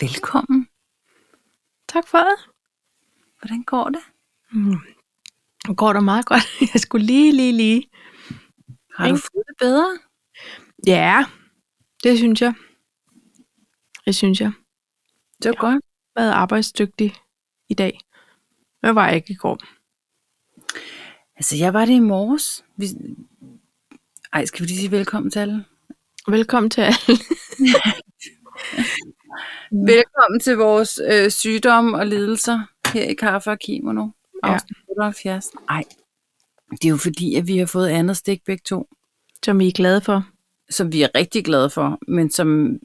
Velkommen. Tak for det. Hvordan går det? Mm. Nu går det meget godt. Jeg skulle lige, lige, lige. Har du Ikke? fået det bedre? Ja, det synes jeg. Det synes jeg. Det var godt. Jeg har været arbejdsdygtig i dag. Jeg var jeg ikke i går. Altså, jeg var det i morges. Vi... Ej, skal vi lige sige velkommen til alle? Velkommen til alle. Mm. Velkommen til vores øh, sygdomme og lidelser her i Kaffe og Kimono. Ja. Afsnit 78. Ej, det er jo fordi, at vi har fået andet stik begge to, Som I er glade for. som vi er rigtig glade for, men som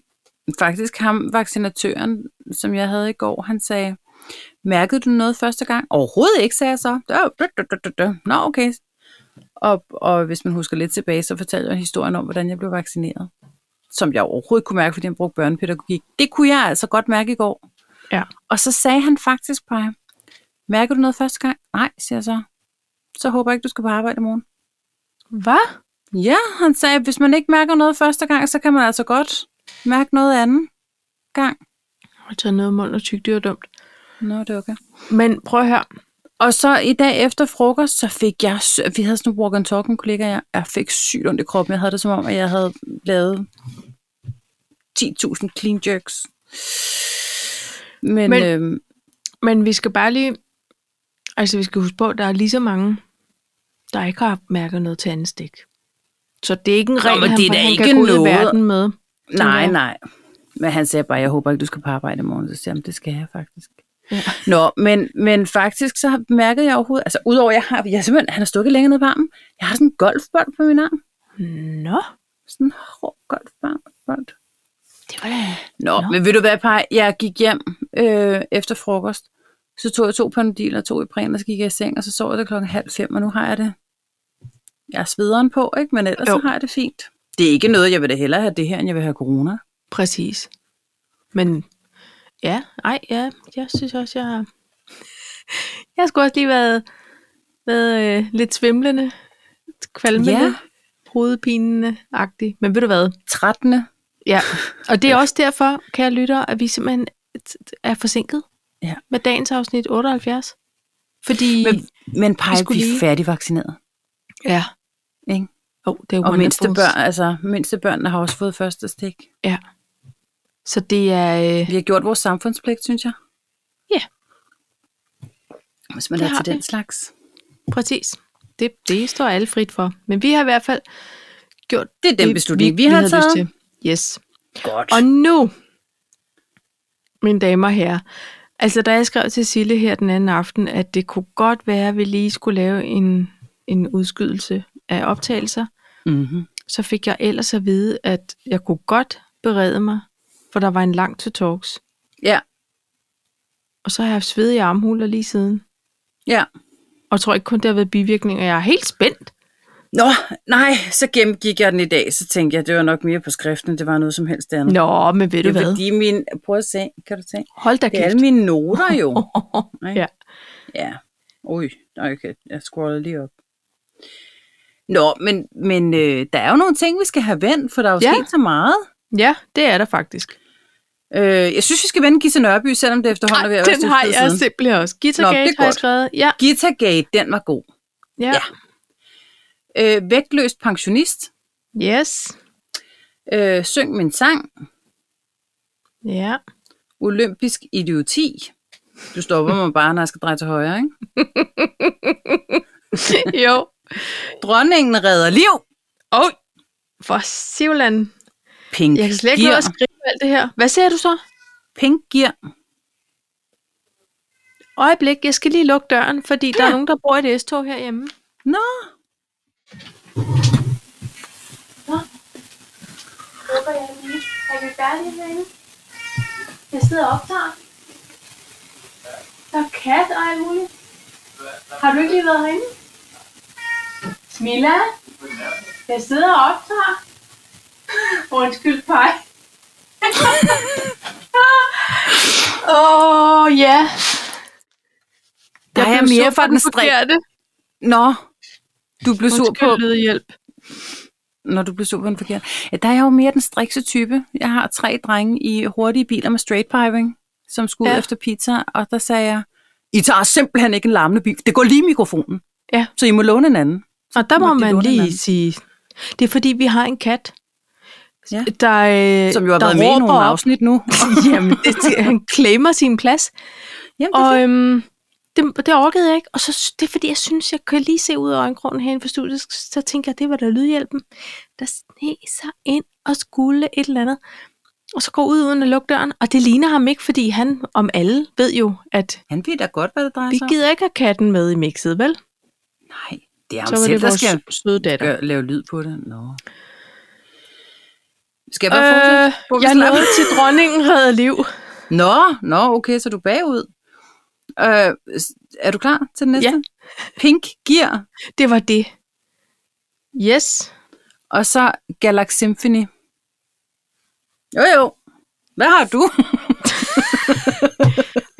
faktisk ham, vaccinatøren, som jeg havde i går, han sagde, mærkede du noget første gang? Overhovedet ikke, sagde jeg så. Det var- dø, dø, dø, dø, dø. Nå, okay. Og, og hvis man husker lidt tilbage, så fortalte jeg historien om, hvordan jeg blev vaccineret. Som jeg overhovedet ikke kunne mærke, fordi han brugte børnepædagogik. Det kunne jeg altså godt mærke i går. Ja. Og så sagde han faktisk på ham, mærker du noget første gang? Nej, siger jeg så. Så håber jeg ikke, du skal på arbejde i morgen. Hvad? Ja, han sagde, at hvis man ikke mærker noget første gang, så kan man altså godt mærke noget anden gang. Jeg har taget noget i munden og tyk, det var dumt. Nå, det er okay. Men prøv at høre. Og så i dag efter frokost, så fik jeg, sø- vi havde sådan en walk and talk, en kollega, og jeg, jeg fik sygt ondt i kroppen. Jeg havde det som om, at jeg havde lavet 10.000 clean jerks. Men, Men Men- øhm, Men vi skal bare lige... Altså, vi skal huske på, at der er lige så mange, der ikke har mærket noget til andet stik. Så det er ikke en regel, men han, det er da han ikke kan gå ud i noget. verden med. nej, jeg. nej. Men han sagde bare, jeg håber ikke, du skal på arbejde i morgen. Så siger jeg, "Men det skal jeg faktisk. Ja. Nå, men, men faktisk så har- mærkede jeg overhovedet, altså udover jeg har, jeg er simpelthen, han har stukket længere ned på armen. Jeg har sådan en golfbold på min arm. Nå, Sådan en hård golfbold. det var da... Nå, Nå. Nå, men ved du hvad, Paj? Jeg gik hjem øh, efter frokost. Så tog jeg to panodil og to i præn, og så gik jeg i seng, og så sov jeg der klokken halv fem, og nu har jeg det. Jeg er svederen på, ikke? Men ellers jo. Jo. så har jeg det fint. Det er ikke noget, jeg vil da hellere have det her, end jeg vil have corona. Præcis. Men ja, nej, ja, jeg synes også, jeg har... Jeg har sgu også lige været, været øh, lidt svimlende, kvalmende, Ja. ja. hovedpinende-agtig. Men ved du hvad? 13. Ja, og det er også derfor, kære lyttere, at vi simpelthen er forsinket Ja. med dagens afsnit 78. Fordi, Men, men Paj, Vi skulle vi er lige- færdigvaccineret. ja, Ikke? oh, det er Og wonderful. mindste børn, altså, mindste børnene har også fået første stik. Så det er, øh, Vi har gjort vores samfundspligt, synes jeg. Ja. Hvis man Det er har til den vi. slags. præcis, det, det står alle frit for. Men vi har i hvert fald gjort Det er den det, beslutning, vi, vi har havde taget. Lyst til. Yes. Godt. Og nu, mine damer og herrer, altså da jeg skrev til Sille her den anden aften, at det kunne godt være, at vi lige skulle lave en, en udskydelse af optagelser, Mm-hmm. så fik jeg ellers at vide, at jeg kunne godt berede mig, for der var en lang to talks. Ja, Og så har jeg haft sved i armhuler lige siden. ja. Og tror ikke kun, der har været bivirkninger. Jeg er helt spændt. Nå, nej, så gennemgik jeg den i dag, så tænkte jeg, det var nok mere på skriften, det var noget som helst andet. Nå, men ved det du er hvad? fordi min, prøv at se, kan du se? Hold da Det er kæft. alle mine noter jo. Ja. Ja. Ui, okay, jeg scrollede lige op. Nå, men, men øh, der er jo nogle ting, vi skal have vendt, for der er jo Ja. ja. sket så meget. ja, det er der faktisk. Øh, jeg synes, vi skal vende Gita Nørby, selvom det efterhånden er ved Ej, at være et Ah, den stykke har tid jeg siden. simpelthen også. Nå, Guitar det er Gate har jeg godt. skrevet. Ja, Gita Gate, den var god. ja. Ja. Øh, vægtløs pensionist. Yes. Øh, syng min sang. Ja. Olympisk idioti. Du stopper mig bare, når jeg skal dreje til højre, ikke? jo. Dronningen redder liv. Åh, oh, for Sivland. Pink Jeg kan slet ikke nå gear. at skrive alt det her. Hvad ser du så? Pink gear. Øjeblik, jeg skal lige lukke døren, fordi ja. der Ja. er nogen, der bor i et S-tog herhjemme. Nå. lukker jeg den lige. Er vi færdige herinde? Jeg sidder og optager. Der er kat og alt muligt. Har du ikke lige været herinde? Smilla? Jeg sidder og optager. Undskyld, pej. Åh, oh, ja. Der er mere fra den strik. forkerte. Nå. Du blev sur på, Undskyld, lydhjælp. når du bliver sur på den forkerte. Ja, der er jeg jo mere den strikse type. Jeg har tre drenge i hurtige biler med straight piping, som skulle ja. Ja. efter pizza, og der sagde jeg, I tager simpelthen ikke en larmende bil. Det går lige i mikrofonen. Ja. Så I må låne en anden. Og der Må må de man låne lige hinanden? sige, det er fordi, vi har en kat, Ja. der, øh, Som jo har der været med i råber nogle op. afsnit nu. Jamen, det, det- han claimer sin plads. Jamen, det er Og øhm, det, det orkede jeg ikke. Og så, sy- det er fordi, jeg synes, jeg kan lige se ud af øjenkrogen herinde for studiet. Så så tænker jeg, det var da lydhjælpen, der sneg sig ind og skulle et eller andet. Og så går ud uden at lukke døren. Og det ligner ham ikke, fordi han om alle ved jo, at Han ved da godt, hvad det drejer vi sig om. gider ikke have katten med i mixet, vel? Nej, det er ham Så var selv, det der vores skal søde datter. gøre, lave lyd på det. Nå. Skal jeg bare Øh, fortsætte? Hvor vi jeg slap? nåede til dronningen redder liv. Nå, nå, okay, så du er bagud. Øh, s- er du klar til den næste? Ja. Pink Gear, Det var det. Yes. og så Galax Symphony. Jo, jo. Hvad har du?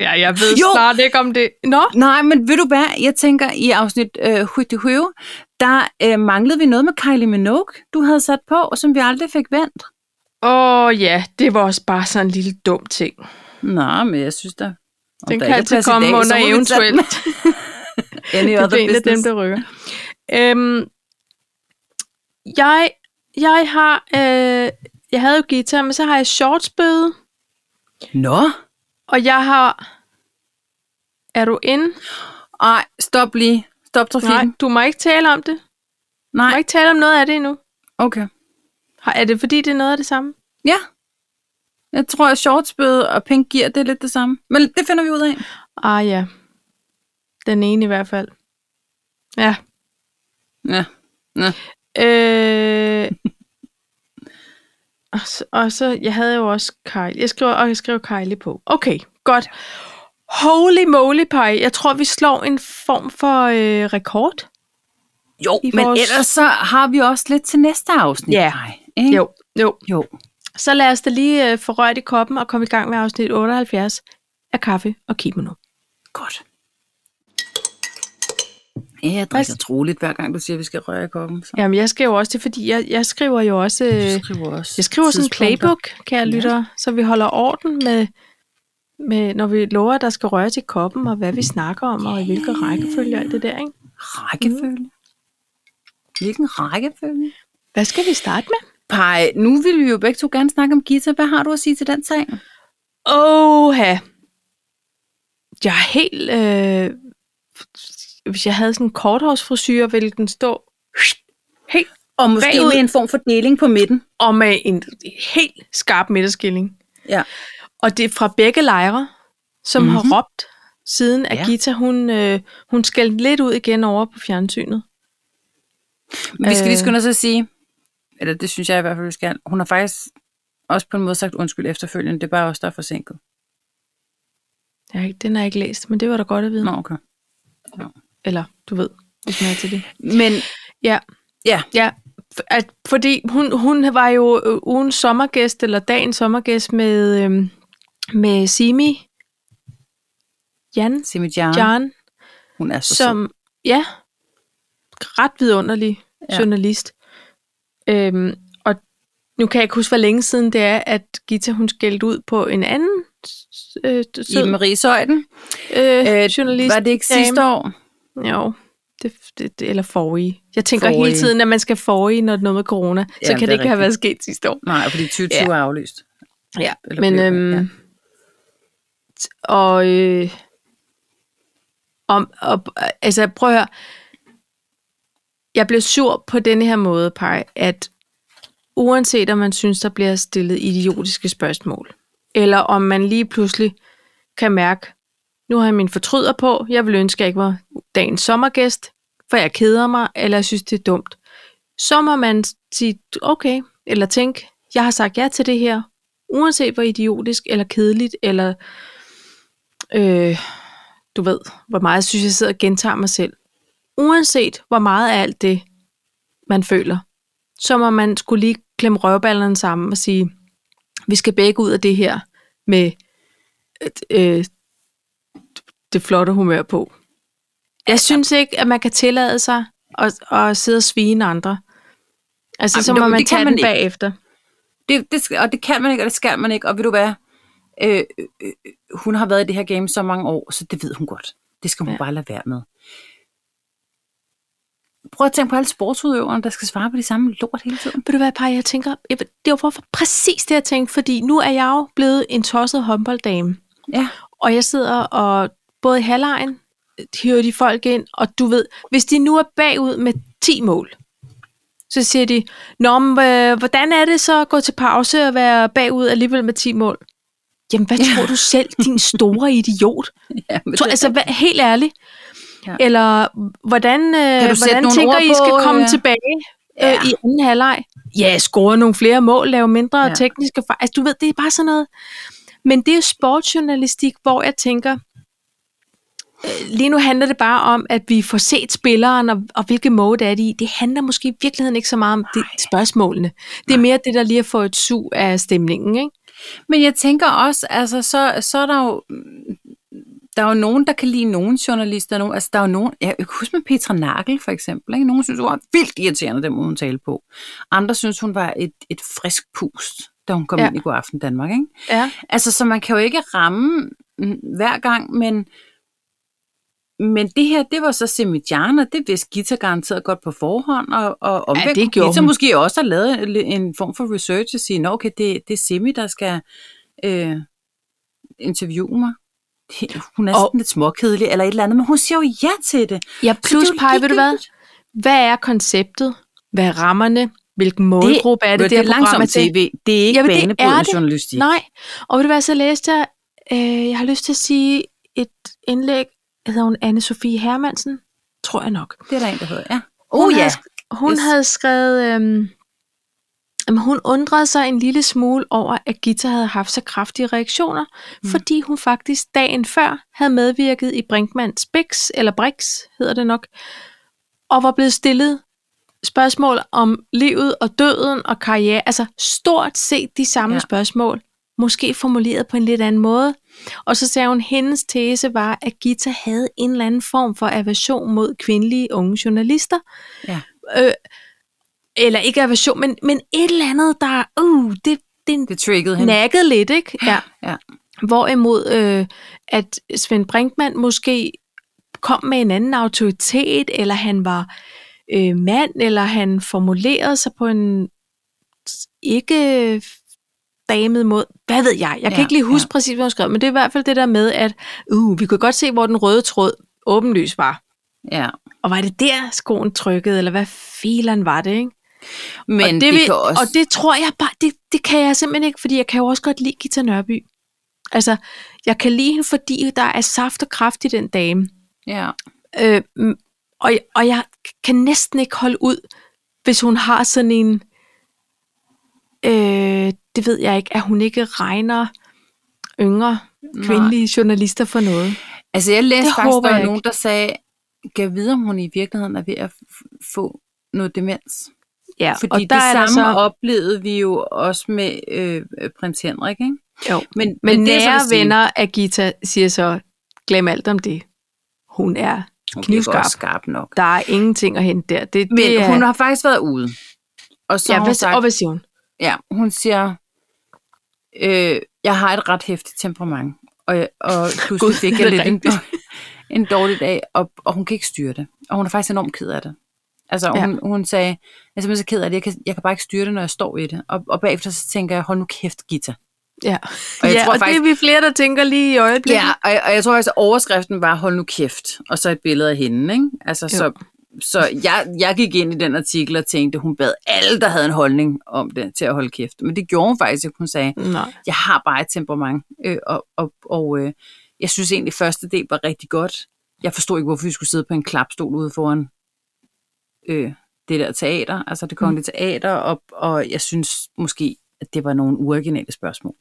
Ja, jeg ved Jo. snart ikke om det. Nå, Nej, men ved du hvad? Jeg tænker, i afsnit øh, 77, der øh, manglede vi noget med Kylie Minogue, du havde sat på, og som vi aldrig fik vendt. Åh ja, det var også bare sådan en lille dum ting. Nå, men jeg synes da... om Den der kan ikke er altid plads i komme dag, så under må vi tage den eventuelt. Any Det other bliver en af dem, business. der rykker. Øhm, jeg, jeg har... Øh, jeg havde jo guitar, men så har jeg shortsbøde, Nå, og jeg har... Er du inde? ej, stop lige. Stop Nej, trafikken. du må ikke tale om det. Du må Nej, ikke tale om noget af det endnu. okay. Har, er det fordi, det er noget af det samme? Ja. Jeg tror, at shortsbøde og pink gear, det er lidt det samme. Men det finder vi ud af. Ah ja. Den ene i hvert fald. Ja. Ja. Øh, og, så, og så, jeg havde jo også Kylie. Jeg skriver, og jeg skrev Kylie på. Okay, godt. Holy moly pie. Jeg tror, vi slår en form for øh, rekord. Jo, I men vores- ellers så har vi også lidt til næste afsnit. Ja. Ej, ikke? Jo, jo. Jo. Så lad os da lige øh, få rørt i koppen og komme i gang med afsnit 78 af Kaffe og Kimono. Godt. Ja, jeg drikker troligt, hver gang du siger, at vi skal røre i koppen. Så. Jamen, jeg skriver også det, er fordi jeg, jeg skriver jo også... Du Øh, skriver også jeg skriver sådan en tidspunkter. playbook, kære lyttere, så vi holder orden med, med, når vi lover, at der skal røres i koppen, og hvad vi snakker om, og i hvilke rækkefølge og alt det der, ikke? Rækkefølge. Hvilken rækkefølge? Hvad skal vi starte med? Pej, nu vil vi jo begge to gerne snakke om guitar. Hvad har du at sige til den sag? Åha! Jeg er helt... Øh, hvis jeg havde sådan en korthårsfrisyr, ville den stå helt Og måske Bagud. med en form for deling på midten. og med en helt skarp midterskilling. Ja. Og det er fra begge lejre, som mm-hmm. Mhm. har råbt, siden Ja. Agita, hun, øh, hun skældte lidt ud igen over på fjernsynet. Men vi skal lige Øh. skynde os at sige, eller det synes jeg i hvert fald, vi skal, hun har faktisk også på en måde sagt undskyld efterfølgende, det er bare os, der er forsinket. Jeg har ikke, den har jeg ikke læst, men det var da godt at vide. Nå, Nå. okay. Eller, du ved, hvis man er til det. Men Ja. Ja. ja. F- At, fordi hun, hun var jo øh, ugens sommergæst, eller dagens sommergæst med, øhm, med Simi. Jan? Simi Jan, Jan? hun er så sød. som, ja, ret vidunderlig Ja. ja. journalist. Øhm, og nu kan jeg ikke huske, hvor længe siden det er, at Gita hun skældte ud på en anden s- øh, sød I Marie Søjden. øh, Øh, journalist. Var det ikke sidste år? Jo, det, det, det, eller forrige. Jeg tænker Mm. Forrige. hele tiden, at man skal forrige, når det er noget med corona. Så Jamen, kan det, det er det ikke have rigtigt. været sket sidste år. Nej, fordi 2020 Ja. er aflyst. Ja, Eller men... blev, Øhm, ja. ja. Og, øh, om, og, altså, prøv at høre. Jeg blev sur på denne her måde, Paj, at uanset om man synes, der bliver stillet idiotiske spørgsmål, eller om man lige pludselig kan mærke, nu har jeg min fortryder på, jeg vil ønske, at jeg ikke var dagens sommergæst, for jeg keder mig, eller jeg synes, det er dumt. Så må man sige, okay, eller tænke, jeg har sagt ja til det her, uanset hvor idiotisk eller kedeligt, eller øh, du ved, hvor meget jeg synes, jeg sidder og gentager mig selv. Uanset hvor meget af alt det, man føler, så må man skulle lige klemme røvballerne sammen og sige, vi skal begge ud af det her med øh, øh, det flotte humør på. Altså- Jeg synes ikke, at man kan tillade sig at, at sidde og svine andre. Altså, Ej, så men må det- man det kan tage man den ikke. bagefter. Det, det, skal- og det kan man ikke, og det skal man ikke. Og ved du hvad? Øh, øh, øh, hun har været i det her game så mange år, så det ved hun godt. Det skal hun Ja. ja. bare lade være med. Prøv at tænke på alle sportsudøverne, der skal svare på de samme lort hele tiden. Ved du hvad, Paj, jeg tænker, jeg, det var hvorfor præcis det, jeg tænkte, fordi nu er jeg jo blevet en tosset håndbolddame. Ja. Og jeg sidder og både i halvlejen øh, hiver de folk ind, og du ved, hvis de nu er bagud med 10 mål, så siger de, Nå, men, øh, hvordan er det så at gå til pause og være bagud alligevel med 10 mål? Jamen, hvad tror du selv, din store idiot? ja men Tror, det- altså, hvad, helt ærligt. Ja. Ja. Eller hvordan, øh, du sætte hvordan nogle tænker ord I skal på, komme øh, tilbage øh, ja. i anden halvleg? Ja, score nogle flere mål, lave mindre Ja. ja. tekniske fejl. Altså, du ved, det er bare sådan noget. Men det er jo sportsjournalistik, hvor jeg tænker, øh, lige nu handler det bare om, at vi får set spilleren, og, og hvilke mode det er de i. Det handler måske i virkeligheden ikke så meget om det, spørgsmålene. Det er mere det, der lige har fået et sug af stemningen, ikke? Men jeg tænker også, altså, så, så er der jo... Der er jo nogen, der kan lide nogen journalister nu. Altså, der er jo nogen... Jeg kan huske med Petra Nagel, for eksempel. Ikke? Nogen synes, hun var vildt irriterende, den måde hun talte på. Andre synes, hun var et, et frisk pust, da hun kom Ja. ja. ind i God Aften Danmark. Ikke? Ja. Altså, så man kan jo ikke ramme mm, hver gang, men, men det her, det var så Semidjan, og det vidste Gita garanteret godt på forhånd, og, og omvendt det kunne gjorde Gita hun. måske også har lavet en- en form for research og sige, nå okay, det, det er Semi, der skal øh, interviewe mig. Det- Hun er Og- og, sådan lidt småkedelig eller et eller andet, men hun siger jo ja til det. Ja, plus det er jo Paj, ved du hvad? ligegyldigt. Hvad er konceptet? Hvad er rammerne? Hvilken målgruppe er det, det, det er langsomt tv. Det er ikke Jamen, det er banebrydende det. journalistik. Nej, og ved du hvad, så læste jeg, øh, jeg har lyst til at sige et indlæg, hedder hun anne Sofie Hermansen? Tror jeg nok. Det er der en, der hedder, ja. Hun Oh ja, havde sk- Hun Yes. yes. havde skrevet, øhm, jamen, hun undrede sig en lille smule over, at Gita havde haft så kraftige reaktioner, mm. fordi hun faktisk dagen før havde medvirket i Brinkmanns Bix, eller Brix hedder det nok, og var blevet stillet spørgsmål om livet og døden og karriere, altså stort set de samme Ja. ja. spørgsmål, måske formuleret på en lidt anden måde. Og så sagde hun, at hendes tese var, at Gita havde en eller anden form for aversion mod kvindelige unge journalister, Øh, eller ikke aversion, men, men et eller andet, der, uh, det, det, det triggede det hende. nakkede lidt, ikke? Ja. Ja. Hvorimod, øh, at Svend Brinkmann måske kom med en anden autoritet, eller han var øh, mand, eller han formulerede sig på en ikke damet mod, hvad ved jeg, jeg kan Ja, ja, ikke lige huske ja. ja. præcis, hvad hun skrev, men det er i hvert fald det der med, at uh, vi kunne godt se, hvor den røde tråd åbenlyst var. Ja. Og var det der, skoen trykkede, eller hvad filan var det, ikke? Men og det, det vil- kan også... Og det tror jeg bare, det, det kan jeg simpelthen ikke, fordi jeg kan jo også godt lide Gita Nørby. Altså, jeg kan lide hende, fordi der er saft og kraft i den dame. ja. Øh, m- og, og jeg kan næsten ikke holde ud, hvis hun har sådan en... Øh, det ved jeg ikke, at hun ikke regner yngre kvindelige Nej. journalister for noget. Altså jeg læste Det det faktisk, håber der var jeg nogen, der sagde, kan vide, om hun i virkeligheden er ved at f- få noget demens. Ja, Fordi og det der samme så, oplevede vi jo også med øh, øh, prins Henrik, ikke? jo, Men, Men det er så at nære sige, venner af Gita siger så, glem alt om det. Hun er hun bliver knivskarp. godt skarp nok. Der er ingenting at hente der. Det, Men det er, hun har faktisk været ude. Og så ja, ja, har hun hvad, sagt, og hvad siger hun? ja, hun siger, øh, jeg har et ret hæftigt temperament, og, og pludselig Gud, fik det er jeg lidt en, rigtigt. en dårlig dag, og, og hun kan ikke styre det. Og hun er faktisk enormt ked af det. Altså Ja. hun, ja. hun sagde, jeg er simpelthen så ked af det, jeg kan, jeg kan bare ikke styre det, når jeg står i det. Og, og bagefter så tænker jeg, hold nu kæft, Gita. Ja, Og jeg ja tror og faktisk- det er vi flere, der tænker lige i øjeblikket. Ja, og, jeg- og jeg tror faktisk, at overskriften var, hold nu kæft, og så et billede af hende, ikke? Altså, så, så jeg, jeg gik ind i den artikel og tænkte, hun bad alle, der havde en holdning om det, til at holde kæft. Men det gjorde hun faktisk, ikke? hun sagde, Nej. jeg har bare et temperament, øh, og, og, og øh, jeg synes egentlig, første del var rigtig godt. Jeg forstod ikke, hvorfor vi skulle sidde på en klapstol ude foran øh, det der teater, altså det Mm. kongelige teater, og, og jeg synes måske, at det var nogle uoriginale spørgsmål.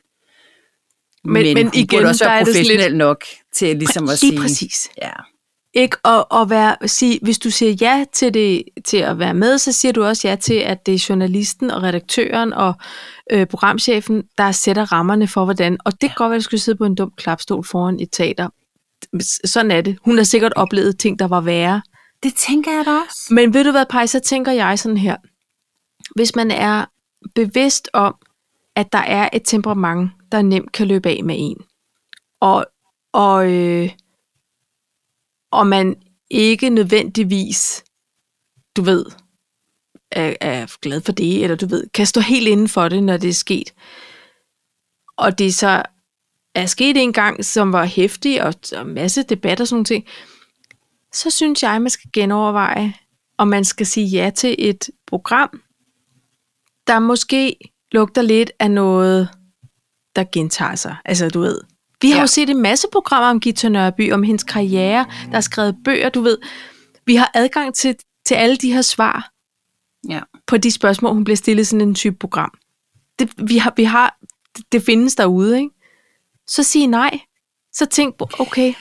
Men- Men, men, men men igen, igen, burde også der være er det sådan lidt- professionel nok til ligesom at sige... Lige præcis. Ja, Ikke og, og være, sige, hvis du siger ja til, det, til at være med, så siger du også ja til, at det er journalisten og redaktøren og øh, programchefen, der sætter rammerne for, hvordan. Og det kan godt være, at du skulle sidde på en dum klapstol foran et teater. S- Sådan er det. Hun har sikkert oplevet ting, der var værre. det tænker jeg da også. Men ved du hvad, Paj, så tænker jeg sådan her. hvis man er bevidst om, at der er et temperament, der nemt kan løbe af med en, og, og, øh, og man ikke nødvendigvis, du ved, er, er glad for det, eller du ved, kan stå helt inden for det, når det er sket. Og det så er sket en gang, som var hæftig, og, og masse debat og sådan nogle ting, så synes jeg, man skal genoverveje, om man skal sige ja til et program, der måske lugter lidt af noget, der gentager sig. Altså, du ved. Vi har Ja. ja. jo set en masse programmer om Gita Nørby, om hendes karriere, der er skrevet bøger, du ved. Vi har adgang til, til alle de her svar Ja. på de spørgsmål, hun bliver stillet i sådan en type program. Det, vi har, vi har, det- det findes derude, ikke? Så sig nej. Så tænk på, okay,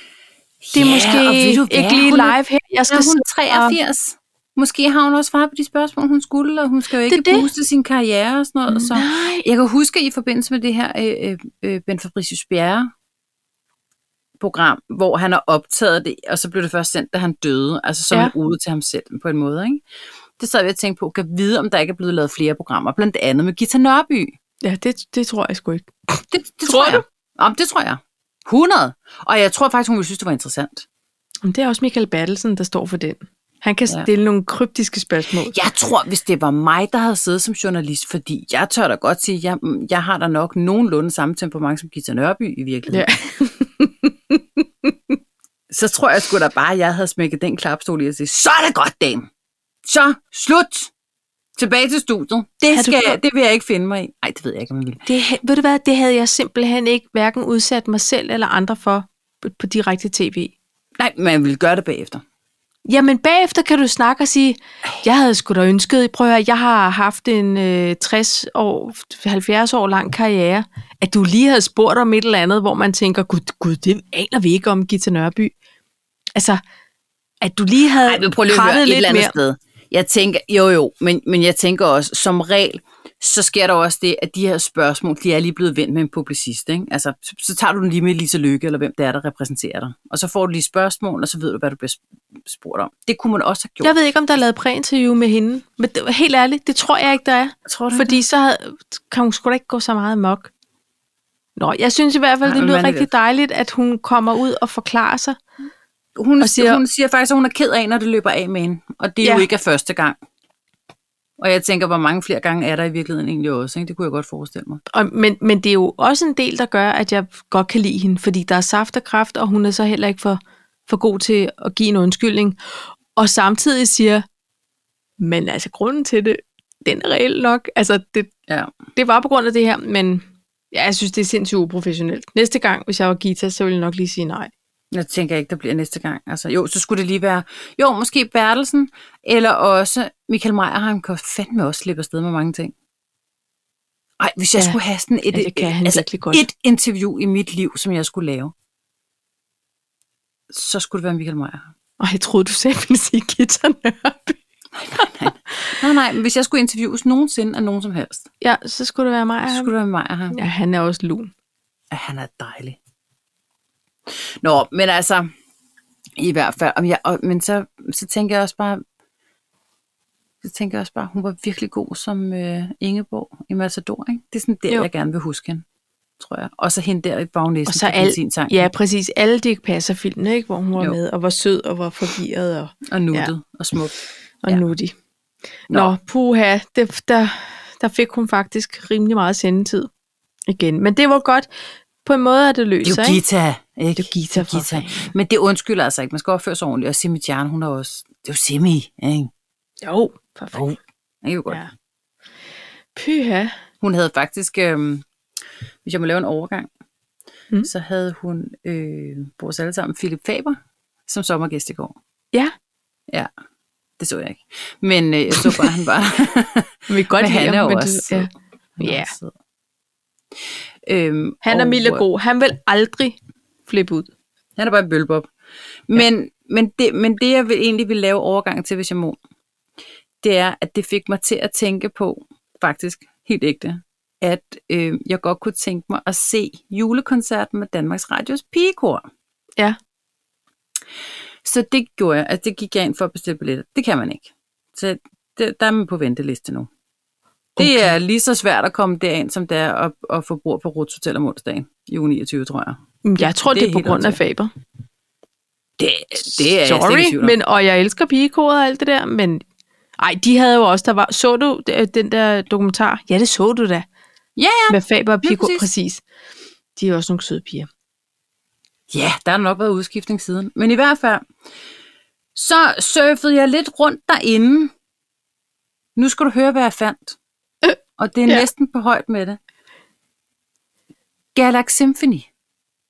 det Ja, og er ja, ved måske du hvad? ikke lige Hun er- live her. Jeg Så hun skal sidde og- 83. Måske har hun også svaret på de spørgsmål, hun skulle, og hun skal jo Det er ikke det. booste sin karriere og sådan noget. Så. Nej. Jeg kan huske i forbindelse med det her øh, øh, øh, Ben Fabricius Bjerre program, hvor han har optaget det, og så blev det først sendt, da han døde, altså som Ja. ja. en ude til ham selv på en måde. Ikke? Det sad jeg og tænkte på, kan vide, om der ikke er blevet lavet flere programmer, blandt andet med Gita Nørby. Ja, det, det tror jeg sgu ikke. Det, det Tror tror, tror jeg. Om det tror jeg. 100. Og jeg tror faktisk, hun ville synes, det var interessant. Men det er også Michael Bertelsen, der står for den. Han kan Ja. stille nogle kryptiske spørgsmål. Jeg tror, hvis det var mig, der havde siddet som journalist, fordi jeg tør da godt sige, at jeg, mm, jeg har da nok nogenlunde samme temperament som Gita Nørby i virkeligheden. Ja. så tror jeg sgu da bare, at jeg havde smækket den klapstol i og sige, så er det godt, dame. Så, slut. Tilbage til studiet. Har Det, du skal, gjort- det vil jeg ikke finde mig i. Nej, det ved jeg ikke, om jeg vil. Det, ha- ved du hvad, det havde jeg simpelthen ikke hverken udsat mig selv eller andre for på, på direkte tv. Nej, men jeg vil gøre det bagefter. Jamen bagefter kan du snakke og sige, jeg havde sgu da ønsket, prøv at høre, jeg har haft en øh, 60 år, 70 år lang karriere, at du lige havde spurgt om et eller andet, hvor man tænker, gud, gud det aner vi ikke om Gita Nørby. Altså, at du lige havde Nej, men prøv lige at høre krattet et lidt eller andet mere. sted. Jeg tænker, jo jo, men, men jeg tænker også, som regel, så sker der også det, at de her spørgsmål, de er lige blevet vendt med en publicist. Ikke? Altså, så, så tager du den lige med Lisa Lykke, eller hvem det er, der repræsenterer dig. Og så får du lige spørgsmål, og så ved du, hvad du bliver sp- spurgt om. Det kunne man også have gjort. Jeg ved ikke, om der er lavet præinterview med hende, men det, helt ærligt, det tror jeg ikke, der er. tror Fordi så havde, kan hun sgu da ikke gå så meget mok. Nå, jeg synes i hvert fald, Nej, det men lyder man er rigtig dejligt, at hun kommer ud og forklarer sig. hun, og siger- siger, hun siger faktisk, at hun er ked af, når det løber af med hende. Og det er ja. Ja. jo ikke af første gang. Og jeg tænker, hvor mange flere gange er der i virkeligheden egentlig også. Ikke? Det kunne jeg godt forestille mig. Og, men, men det er jo også en del, der gør, at jeg godt kan lide hende, fordi der er saft og kraft, og hun er så heller ikke for, for god til at give en undskyldning. Og samtidig siger, men altså grunden til det, den er reelt nok. Altså det, Ja. det var på grund af det her, men ja, jeg synes, det er sindssygt uprofessionelt. Næste gang, hvis jeg var Gita, så ville jeg nok lige sige nej. Jeg tænker ikke, der bliver næste gang. Altså, jo, så skulle det lige være, jo, måske Bertelsen, eller også Michael Meier, han kan fandme også slippe afsted med mange ting. Ej, hvis jeg Ja. ja. skulle have sådan et, Ja, det kan han altså, virkelig godt. et interview i mit liv, som jeg skulle lave, så skulle det være Michael Meier. Og jeg troede, du selv ville sige Gita Nørby. Nej, nej, men hvis jeg skulle interviews nogensinde af nogen som helst, Ja, så skulle det være mig. og så ham. skulle det være Meier. Han. Ja, han er også lun. at han er dejlig. Nå, men altså, i hvert fald, om jeg, og, men så, så tænker jeg også bare, så tænker jeg også bare, hun var virkelig god som øh, Ingeborg i Matador, ikke? Det er sådan der, Jo. jo. jeg gerne vil huske hende, tror jeg. Og så hende der i bagnæsen Og så på al- benzintanken, Ja, præcis. Alle de passer filmene, ikke? hvor hun var jo. Jo. med, og var sød, og var forvirret, og, og nuttet ja. og smuk. og ja. Ja. nuttig. Nå, Nå. Nå puha, det, der, der fik hun faktisk rimelig meget sendetid igen. Men det var godt. På en måde er det løst, Det er jo ikke? Gita, ikke? Det er jo Gita, for Gita. Men det undskylder altså ikke. Man skal opføre sig ordentligt. Og Simi Tjern, hun er også... Det er jo Simi, ikke? Jo, for fanden. Oh. Jeg kan jo godt Ja. Pyha. Hun havde faktisk, øh, hvis jeg må lave en overgang, Mm. mm. så havde hun øh, vores alle sammen Philip Faber som sommergæst i går. Ja, Ja, det så jeg ikke. Men øh, jeg så bare, han var der. men vi kan godt Men lide han ham, er jo men også det, ja. sød. Han er Ja. også sød. Øhm, Han er mild og øh, god. Han vil aldrig flippe ud. Han er bare en bølbop. Men, ja. men, det, men det, jeg vil, egentlig vil lave overgang til, hvis jeg må, det er, at det fik mig til at tænke på, faktisk helt ægte, at øh, jeg godt kunne tænke mig at se julekoncerten med Danmarks Radios pigekor. Ja. Så det gjorde jeg. Altså, det gik jeg ind for at bestille billetter. Det kan man ikke. Så det, der er man på venteliste nu. Det er lige så svært at komme derind, som det er at, at få brug på Ruts Hotel om onsdagen i uge 29, tror jeg. Jeg tror, Det er det, det er på helt grund af åndssvagt. Faber. Det, det er jeg slet ikke i tvivl Sorry, om. men, og jeg elsker pigekoret og alt det der, men ej, de havde jo også, der var, så du øh, den der dokumentar? Ja, det så du da. Ja, ja. Med Faber og lige Pico, præcis. præcis. præcis. De er også nogle søde piger. Ja, der har nok været udskiftning siden. Men i hvert fald, så surfede jeg lidt rundt derinde. Nu skal du høre, hvad jeg fandt. Og det er Øh, ja. næsten på højt med det. Galax Symphony.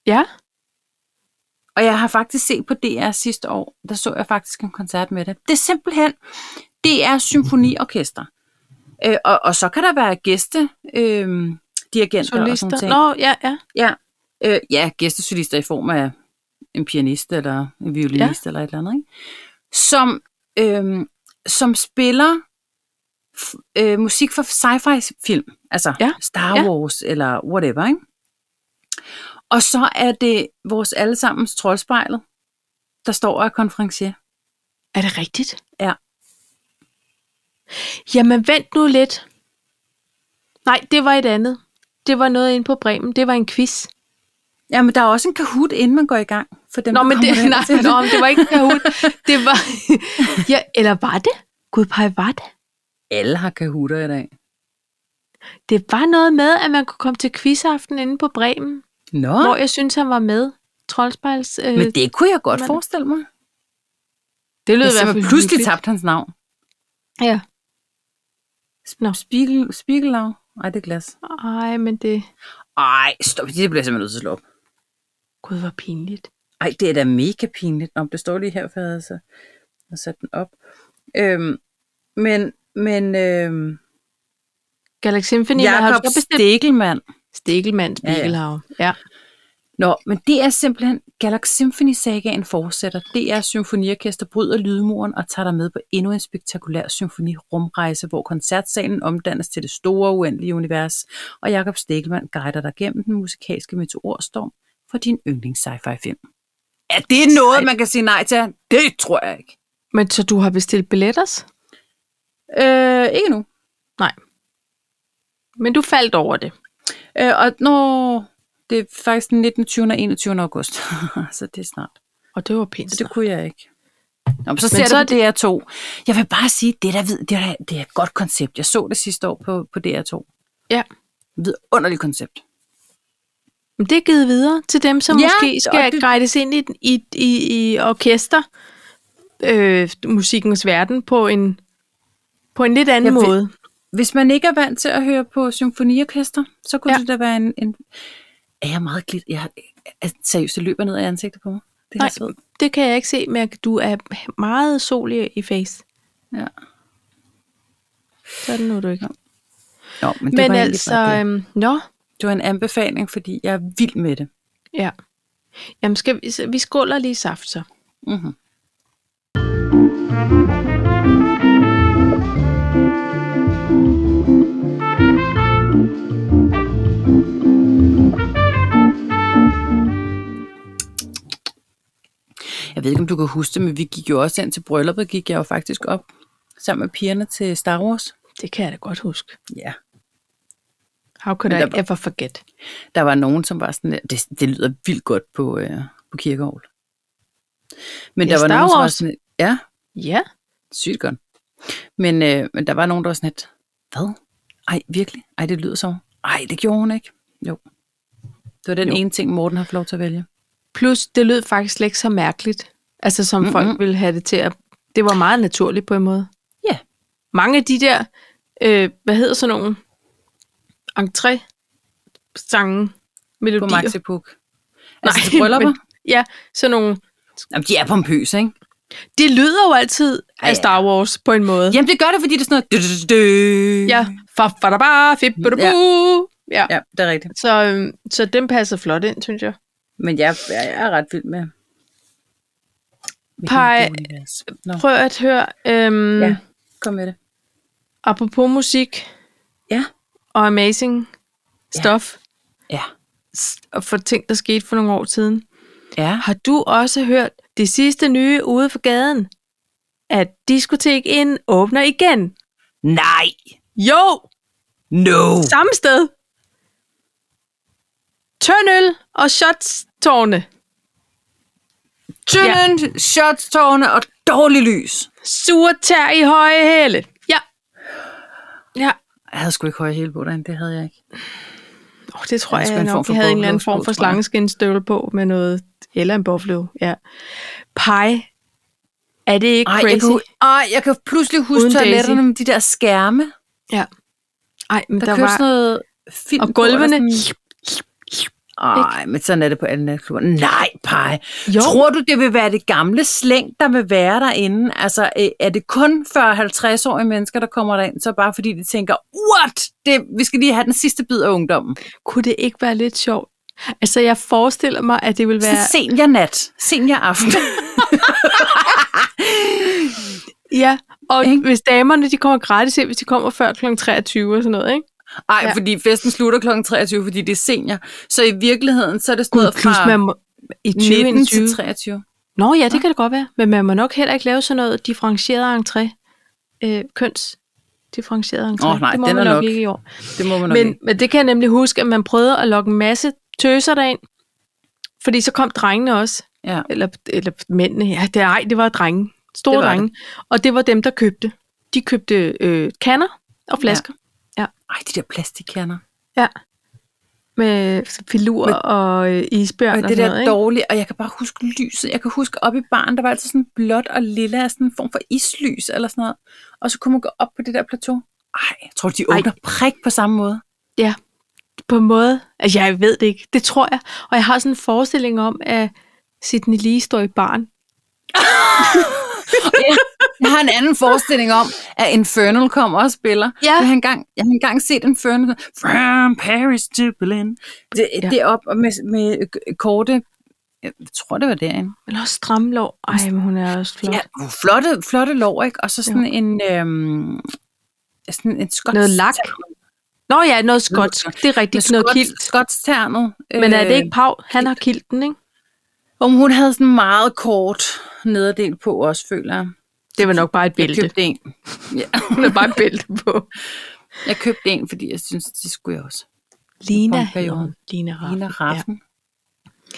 Ja, Og jeg har faktisk set på DR sidste år, der så jeg faktisk en koncert med det. Det er simpelthen, det er symfoniorkester. Øh, og, og så kan der være gæste, øh, dirigenter og sådan nogle solister. ting. Nå, ja, ja. Ja, øh, ja gæstesolister i form af en pianist eller en violinist ja. eller et eller andet, ikke? Som, øh, som spiller f- øh, musik for sci-fi film, altså ja. Ja, Star ja. Wars eller whatever, ikke? Og så er det vores allesammens troldspejlet, der står og er konferencier. Er det rigtigt? Ja. Jamen, vent nu lidt. Nej, det var et andet. Det var noget inde på Bremen. Det var en quiz. Ja, men der er også en kahoot, inden man går i gang. For dem, Nå, der men kommer det, derind nej, til nå, men det var ikke Kahoot. Det var... ja, eller var det? Gud, pej, var det? Alle har kahooter i dag. Det var noget med, at man kunne komme til quizaften inde på Bremen, Nå, oh. hvor jeg synes, han var med. Troldspejls... Øh, men det kunne jeg godt man- forestille mig. det lød i Jeg hvert fald simpelthen pludselig hyggeligt. tabt hans navn. Ja. Nå. Spiegel, spiegellav? Ej, det er glas. Ej, men det... Ej, stop. Det bliver jeg simpelthen nødt til at slå op. Gud, hvor pinligt. Ej, det er da mega pinligt. Om det står lige her, for jeg havde, så, jeg sat den op. Øhm, men, men øhm, Galaxy Symphony, hvad har du Jakob så bestemt? Stegelmann. Stikkelmands Ja, ja. Spiegelhav. Ja, ja. Nå, men det er simpelthen Galax Symphony Sagaen fortsætter. Det er symfoniorkester bryder lydmuren og tager dig med på endnu en spektakulær symfonirumrejse, hvor koncertsalen omdannes til det store uendelige univers, og Jakob Stegelmann guider dig gennem den musikalske meteorstorm for din yndlings sci-fi film. Er det noget, man kan sige nej til? Det tror jeg ikke. Men så du har bestilt billetter? Øh, ikke nu. Nej. Men du faldt over det. Øh, og nå, det er faktisk den 19. 20. og 21. august, så det er snart. Og det var pænt. Så Det, det kunne jeg ikke. Nå, men så Men ser så jeg det på DR2. Jeg vil bare sige, det der vid, det, er, da- det er et godt koncept. Jeg så det sidste år på, på DR2. ja. Vidunderligt koncept. Men det er givet videre til dem, som Ja, ja, måske og skal det- det... guides ind i, den- i, i, i orkester øh, musikkens verden på en, på en lidt anden Jeg ved- måde. Hvis man ikke er vant til at høre på symfoniorkester, så kunne ja. Ja. det da være en... en er jeg meget glidt? Jeg, altså, seriøst, det løber ned af ansigtet på mig. Det er Nej, sådan. det kan jeg ikke se, men jeg- du er meget solig i face. Ja. Sådan nu er du ikke. Nå, men det men men var altså, altså, bare det. øhm, nå, det var en anbefaling, fordi jeg er vild med det. ja. Jamen, skal vi, vi skåler lige saft så. Mm-hmm. Jeg ved ikke, om du kan huske det, men vi gik jo også ind til brylluppet, gik jeg jo faktisk op sammen med pigerne til Star Wars. Det kan jeg da godt huske. Ja. How could Men I der var- ever forget? Der var nogen, som var sådan, der- det, det lyder vildt godt på, øh, på kirkeovl. Men Ja, der var Star nogen, som var Wars. sådan, ja, Ja. Sygt godt. Men, øh, men der var nogen, der var sådan et, hvad? Ej, virkelig? Ej, det lyder så. Ej, det gjorde hun ikke. Jo. Det var den jo. Jo. ene ting, Morten har fået lov til at vælge. Plus, det lød faktisk slet ikke så mærkeligt. Altså, som mm-hmm. folk ville have det til at... Det var meget naturligt på en måde. Ja. Mange af de der... Øh, hvad hedder sådan nogle? Entré sange På melodier. Maxi Puk. Altså Nej, til bryllupper? Men... men, ja, sådan nogle... Jamen, de er pompøse, ikke? Det lyder jo altid Ja, ja. af Star Wars på en måde. Jamen, det gør det, fordi det er sådan noget... dø, dø, dø, dø. Ja, fa fa da ba, fi bu da bu. Ja. ja, det er rigtigt. Så, øhm, så den passer flot ind, synes jeg. Men jeg, jeg er ret vild med... med Pej- hele det univers. Nå, Prøv at høre. Øhm, Ja. ja. kom med det. Apropos musik Ja. og amazing stuff. Ja. s- og for ting, der skete for nogle år siden. Ja. Har du også hørt det sidste nye ude for gaden? At Diskotek Ind åbner igen. Nej! Jo! No! Samme sted. Tøndøl og shotstårne. Tynden, ja. shotstårne og dårlig lys. Sure tær i høje hæle. Ja. Ja. Jeg havde sgu ikke høje hele på den, det havde jeg ikke. Oh, det tror Ja, jeg, det er jeg en form nok. for Jeg havde en eller anden buffalo, form for tror jeg. slangeskinstøvle på med noget, eller en buffalo, ja. Pie. Er det ikke Ej, crazy? jeg kan, ej, jeg kan pludselig huske Uden Uden Daisy. toiletterne med de der skærme. Der, Ja. Ej, men der, der der kørte var... sådan noget film. Og på, eller gulvene. sådan- Ej, men sådan er det på alle natklubber. Nej, pej. Jo. Tror du, det vil være det gamle slæng, der vil være derinde? Altså, øh, er det kun 40-50-årige mennesker, der kommer derind, så bare fordi de tænker, what? Det, vi skal lige have den sidste bid af ungdommen. Kunne det ikke være lidt sjovt? Altså, jeg forestiller mig, at det ville Sådan være... senior nat, senior aften. Ja, og Ikke? hvis damerne, de kommer gratis ind, hvis de kommer før kl. 23 og sådan noget, ikke? Ej, Ja. ja. fordi festen slutter kl. 23, fordi det er senior. Så i virkeligheden, så er det sådan noget plus man fra må, i 19 2021. til 23. Nå ja, det kan det godt være. Men man må nok heller ikke lave sådan noget differentieret entré. Øh, køns differentieret entré. Åh, nej, det må den man er nok nok ikke i år. Det må man nok Men, ikke. men det kan jeg nemlig huske, at man prøvede at lokke en masse tøser derind. Fordi så kom drengene også. Ja. Eller, eller mændene. Ja, det, ej, det var drenge. Store Det var drenge. Det. Og det var dem, der købte. De købte øh, kanner og flasker. Ej, de der plastikkerner. Ja. ja. Med filurer med, og øh, isbjørn Og og, det sådan der noget. noget, Ikke? dårlige, og jeg kan bare huske lyset. Jeg kan huske oppe i baren, der var altid sådan blåt og lilla, sådan en form for islys eller sådan noget. Og så kunne man gå op på det der plateau. Ej, jeg tror, de Ej. åbner prik på samme måde. Ja, på en måde. Altså, jeg ved det ikke. Det tror jeg. Og jeg har sådan en forestilling om, at Sidney lige står i barn. Jeg har en anden forestilling om, at Infernal kommer og spiller. Ja. Jeg, har engang, jeg har engang set Infernal. From Paris to Berlin. Det, Ja. ja. det er op med, med øh, korte... Jeg tror, det var derinde. Eller også stramlov. Ej, men hun er også flot. Ja, flotte, flotte lår, ikke? Og så sådan en... Øhm, sådan en skots. Noget lak. Nå ja, noget skotsk. Det er Med rigtigt, noget kilt. skots, skotsternet. Øh, Men er det ikke Pau? Han har kilten, ikke? Om hun havde sådan en meget kort nederdel på også, føler jeg. Det var nok bare et Jeg bælte. købte en. Ja, Hun har bare et bælte på. jeg købte en, fordi jeg synes, det skulle jeg også. Lina Pompeii. hedder hun. Lina Raffen. Lina Ah, Ja. Raffen.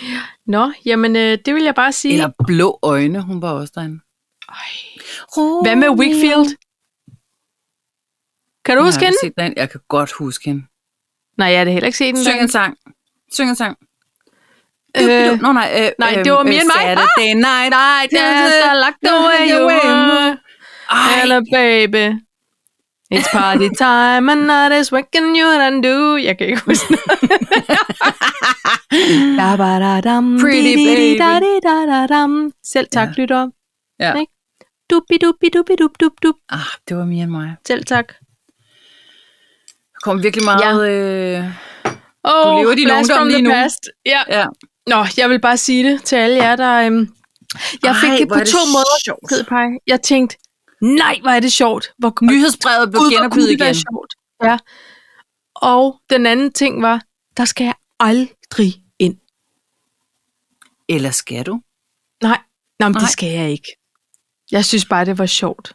Ja. Nå, jamen øh, det vil jeg bare sige. Eller Blå Øjne, hun var også derinde. Ej. Romeo. Hvad med Wickfield? Kan Jeg har du huske hende? aldrig set den. Jeg kan godt huske hende. Nej, jeg har da heller ikke set den. Syng en sang. Syng en sang. Øh, Øh, Nå, nej, øh, nej, øh, det var øh, mere end mig. Saturday night. Nej, that's a locked away you are. Hello, baby. It's party time, and night is waking you and do. Jeg kan ikke huske det. da, ba, da, dam, Pretty di, di, di, baby. Da, di, da, da, dam. Selv tak, ja. lytter. Ja. Ikke? Dupi, dupi, dupi, dup, dup, dup. Ah, det var mere end mig. Selv tak. Der kom virkelig meget... Øh, Oh, lever din blast ungdom from lige the nu. past. Ja. ja. Nå, jeg vil bare sige det til alle jer, der... Øhm, jeg fik Ej, det hvor på er det to måder. sjovt. Ked, Paj. Jeg tænkte, nej, hvor er det sjovt. Hvor, Nyhedsbrevet blev Gud, hvor kunne genopbygget det være igen. sjovt. Ja. Og den anden ting var, der skal jeg aldrig ind. Eller skal du? Nej, Nå, men det Nej. skal jeg ikke. Jeg synes bare, det var sjovt.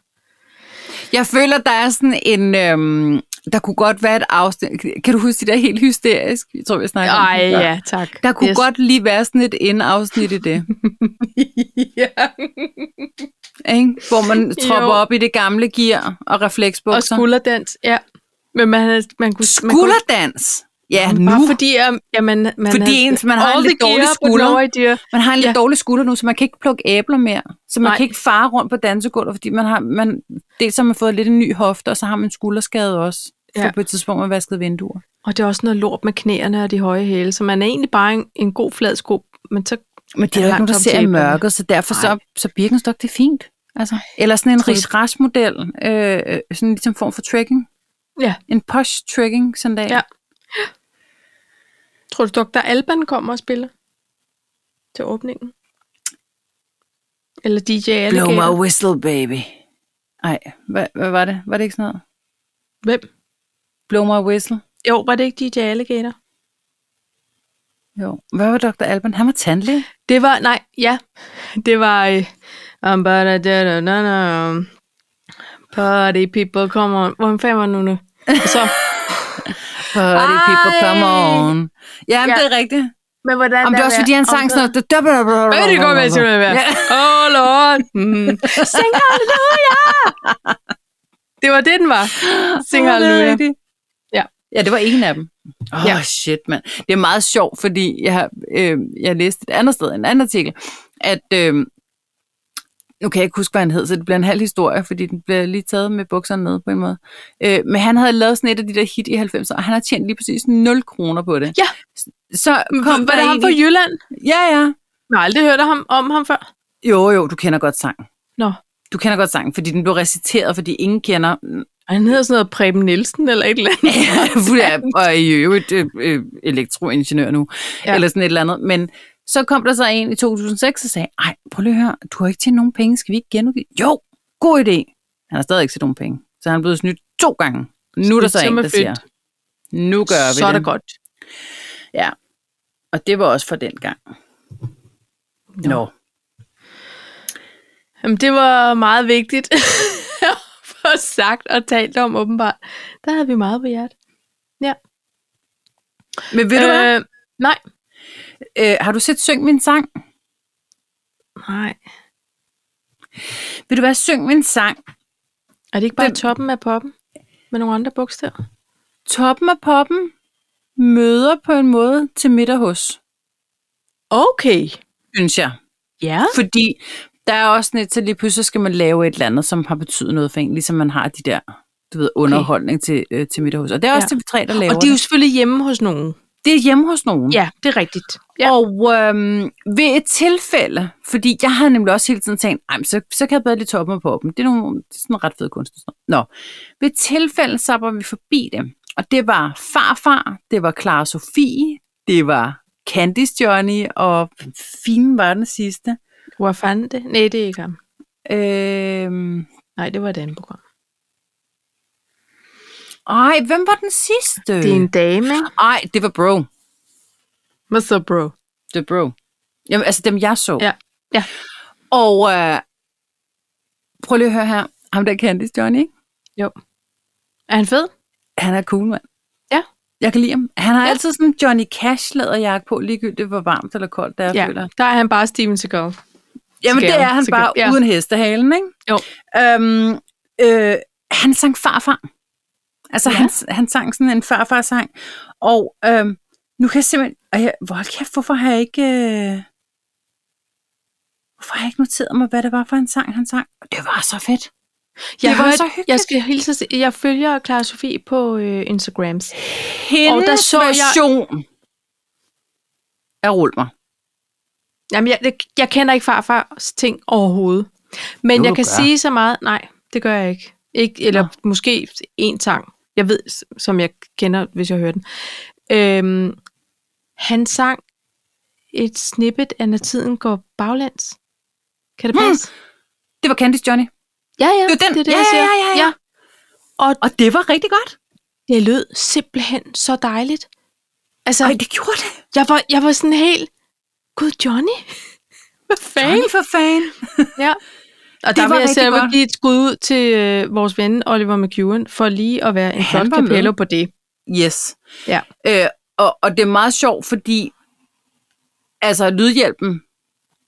Jeg føler, der er sådan en... Øhm, der kunne godt være et afsnit... Kan du huske det der helt hysterisk? Jeg tror, vi snakker Ej, om det. før. ja, tak. Der kunne yes. godt lige være sådan et indafsnit i det. ja. Ikke? Hvor man tropper Jo. op i det gamle gear og refleksbukser. Og skulderdans, ja. Men man, havde- man kunne... Man Skulderdans! Ja, kunne, nu. Bare fordi, at- ja, man, man Fordi ens- man har en all lidt the dårlig gear på den skulder. øvrige dyr. Man har en lidt Ja. ja. dårlig skulder nu, så man kan ikke plukke æbler mere. Så man Nej. Nej. kan ikke fare rundt på dansegulvet, fordi man har, man, dels har man fået lidt en ny hofte, og så har man en skulderskade også. Ja. Ja. For på et tidspunkt man vaskede vinduer. Og det er også noget lort med knæerne og de høje hæle, så man er egentlig bare en, en god flad sko, men så Men det er jo Langt ikke nogen, der op ser til i æblerne. mørket, så derfor så, så Birkenstock, det er fint. Altså, eller sådan en Tror du- Ris Ras model, øh, øh, sådan en ligesom form for trekking. Ja. En posh trekking sandal. Ja. tror du, Dr. Alban kommer og spiller til åbningen? Eller DJ Blow my Alligator? whistle, baby. Ej, hvad, hvad var det? Var det ikke sådan noget? Hvem? Blow my whistle? Jo, var det ikke DJ Alligator? Jo. Hvad var Dr. Alban? Han var tandlæge. Det var, nej, ja. Det var... øh, um, bada, da, da, da, da, um, Party people, come on. Hvor fanden var det nu nu? Og så... Party people, Ej. come on. Jamen, Ja. det er rigtigt. Men hvordan Om det er også, fordi han sang sådan noget... Hvad det går med, til med Ja. Oh lord. Mm. Sing halleluja. Det var det, den var. Sing Ja, det er halleluja. rigtigt. Ja. Ja, det var en af dem. Åh, oh, Ja. ja. shit, mand. Det er meget sjovt, fordi jeg, har, øh, jeg læste et andet sted, en anden artikel, at... Øh, nu kan jeg ikke huske, hvad han hed, så det bliver en halv historie, fordi den bliver lige taget med bukserne nede på en måde. Øh, men han havde lavet sådan et af de der hit i 90'erne, og han har tjent lige præcis 0 kroner på det. Ja. Så kom Var der det ham en fra i- Jylland? Ja, ja. Jeg har aldrig hørt ham, om ham før. Jo, jo, du kender godt sangen. Nå. Du kender godt sangen, fordi den blev reciteret, fordi ingen kender... Han hedder sådan noget Preben Nielsen eller et eller andet. Ja, og i øvrigt øh, øh, elektroingeniør nu, Ja. ja. eller sådan et eller andet. Men så kom der så en i 2006 og sagde, ej, prøv lige at høre, du har ikke tjent nogen penge, skal vi ikke genudgive? Jo, god idé. Han har stadig ikke set nogen penge, så han er blevet snydt to gange. Nu er der Snydt så som en, er der fyldt. siger, nu gør vi Så er det. det godt. Ja, og det var også for den gang. Nå. Nå. Jamen, det var meget vigtigt at få sagt og talt om, åbenbart. Der havde vi meget på hjertet. Men ved øh, du hvad, Øh, nej. øh, har du set Syng Min Sang? Nej. Vil du være Syng Min Sang? Er det ikke bare Den- toppen af poppen? Med nogle andre bogstaver? Toppen af poppen møder på en måde til middag hos, Okay. synes jeg. Ja. Fordi der er også sådan et, så lige pludselig skal man lave et eller andet, som har betydet noget for en, ligesom man har de der, du ved, underholdning til, øh, til middag hos. Og det er også Ja. ja. TV3, der laver Og de er jo selvfølgelig hjemme hos nogen. det. Det er hjemme hos nogen. Ja, det er rigtigt. Ja. Ja. Og øhm, ved et tilfælde, fordi jeg havde nemlig også hele tiden tænkt, "Ej, men så, så kan jeg bedre lige toppe mig på dem. Det er, nogle, det er sådan en ret fed kunst. Nå, ved et tilfælde så var vi forbi dem. Og det var farfar, det var Clara Sofie, det var Candice Johnny, og Fien var den sidste. Hvor fanden det? Nej, det er ikke ham. Øhm, Nej, det var et andet program. ej, hvem var den sidste? Det er en dame, ikke? Ej, det var bro. Hvad så, bro? Det var bro. Jamen, altså dem jeg så. Ja. Ja. Og øh, prøv lige at høre her. Ham der Candice Johnny, ikke? Jo. Er han fed? Han er cool, mand. Ja. Jeg kan lide ham. Han har Ja. ja. altid sådan en Johnny Cash læderjakke på, ligegyldigt hvor varmt eller koldt det er, Ja, føler jeg. der er han bare Steven Seagal. Jamen, det Skal er jeg? han Skal jeg? bare Ja. ja. uden hestehalen, ikke? Jo. Øhm, øh, han sang farfar. Altså, Ja. ja. han, han sang sådan en farfar-sang. Og øhm, nu kan jeg simpelthen... Og jeg, hvor kæft, hvorfor har jeg ikke... Øh, hvorfor har jeg ikke noteret mig, hvad det var for en sang, han sang? Og Det var så fedt. Jeg, var hørte- så hyggeligt. jeg skal hilse og sige- jeg følger Clara Sofie på øh, Instagrams. Hendes der så jeg- version jeg... er Rul mig. Jamen, jeg, jeg- jeg kender ikke farfars ting overhovedet. Men Jo, jeg du kan gør. sige så meget, nej, det gør jeg ikke. ikke eller Nå. måske en sang, jeg ved, s- som jeg kender, hvis jeg hører den. Øhm, han sang et snippet af, når tiden går baglæns. Kan det Hmm. passe? Hmm. Det var Candice Johnny. Ja, ja, Det er den. det er det, Ja, jeg ja, ja, siger. ja, ja. Og Og det var rigtig godt. det lød simpelthen så dejligt. Altså, Ej, Ej. det gjorde det. jeg var, jeg var sådan helt, gud, Johnny? Hvad fanden? Johnny for fan. Ja. Og der var vil jeg rigtig selv godt. give et skud ud til øh, vores ven Oliver McEwen, for lige at være en Han flot var med. kapello på det. Yes. Ja. Øh, og, og det er meget sjovt, fordi altså lydhjælpen,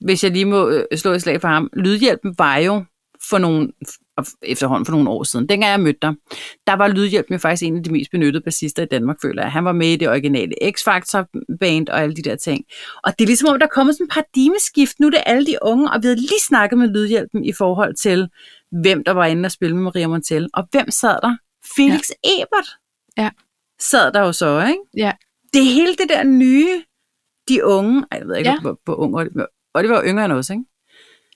hvis jeg lige må øh, slå et slag for ham, lydhjælpen var jo for nogle, f- efterhånden for nogle år siden, dengang jeg mødte dig, der var Lydhjælpen jo faktisk en af de mest benyttede bassister i Danmark, føler jeg. Han var med i det originale X-Factor-band og alle de der ting. Og det er ligesom om, der er kommet sådan en paradigmeskift. Nu er det alle de unge, og vi havde lige snakket med Lydhjælpen i forhold til, hvem der var inde og spille med Maria Montel. Og hvem sad der? Felix ja. Ebert Ja. sad der jo så, ikke? Ja. Det er hele det der nye, de unge, ej, jeg ved ikke, Ja. ja. hvor, hvor unge Oliver, Oliver var yngre end os, ikke?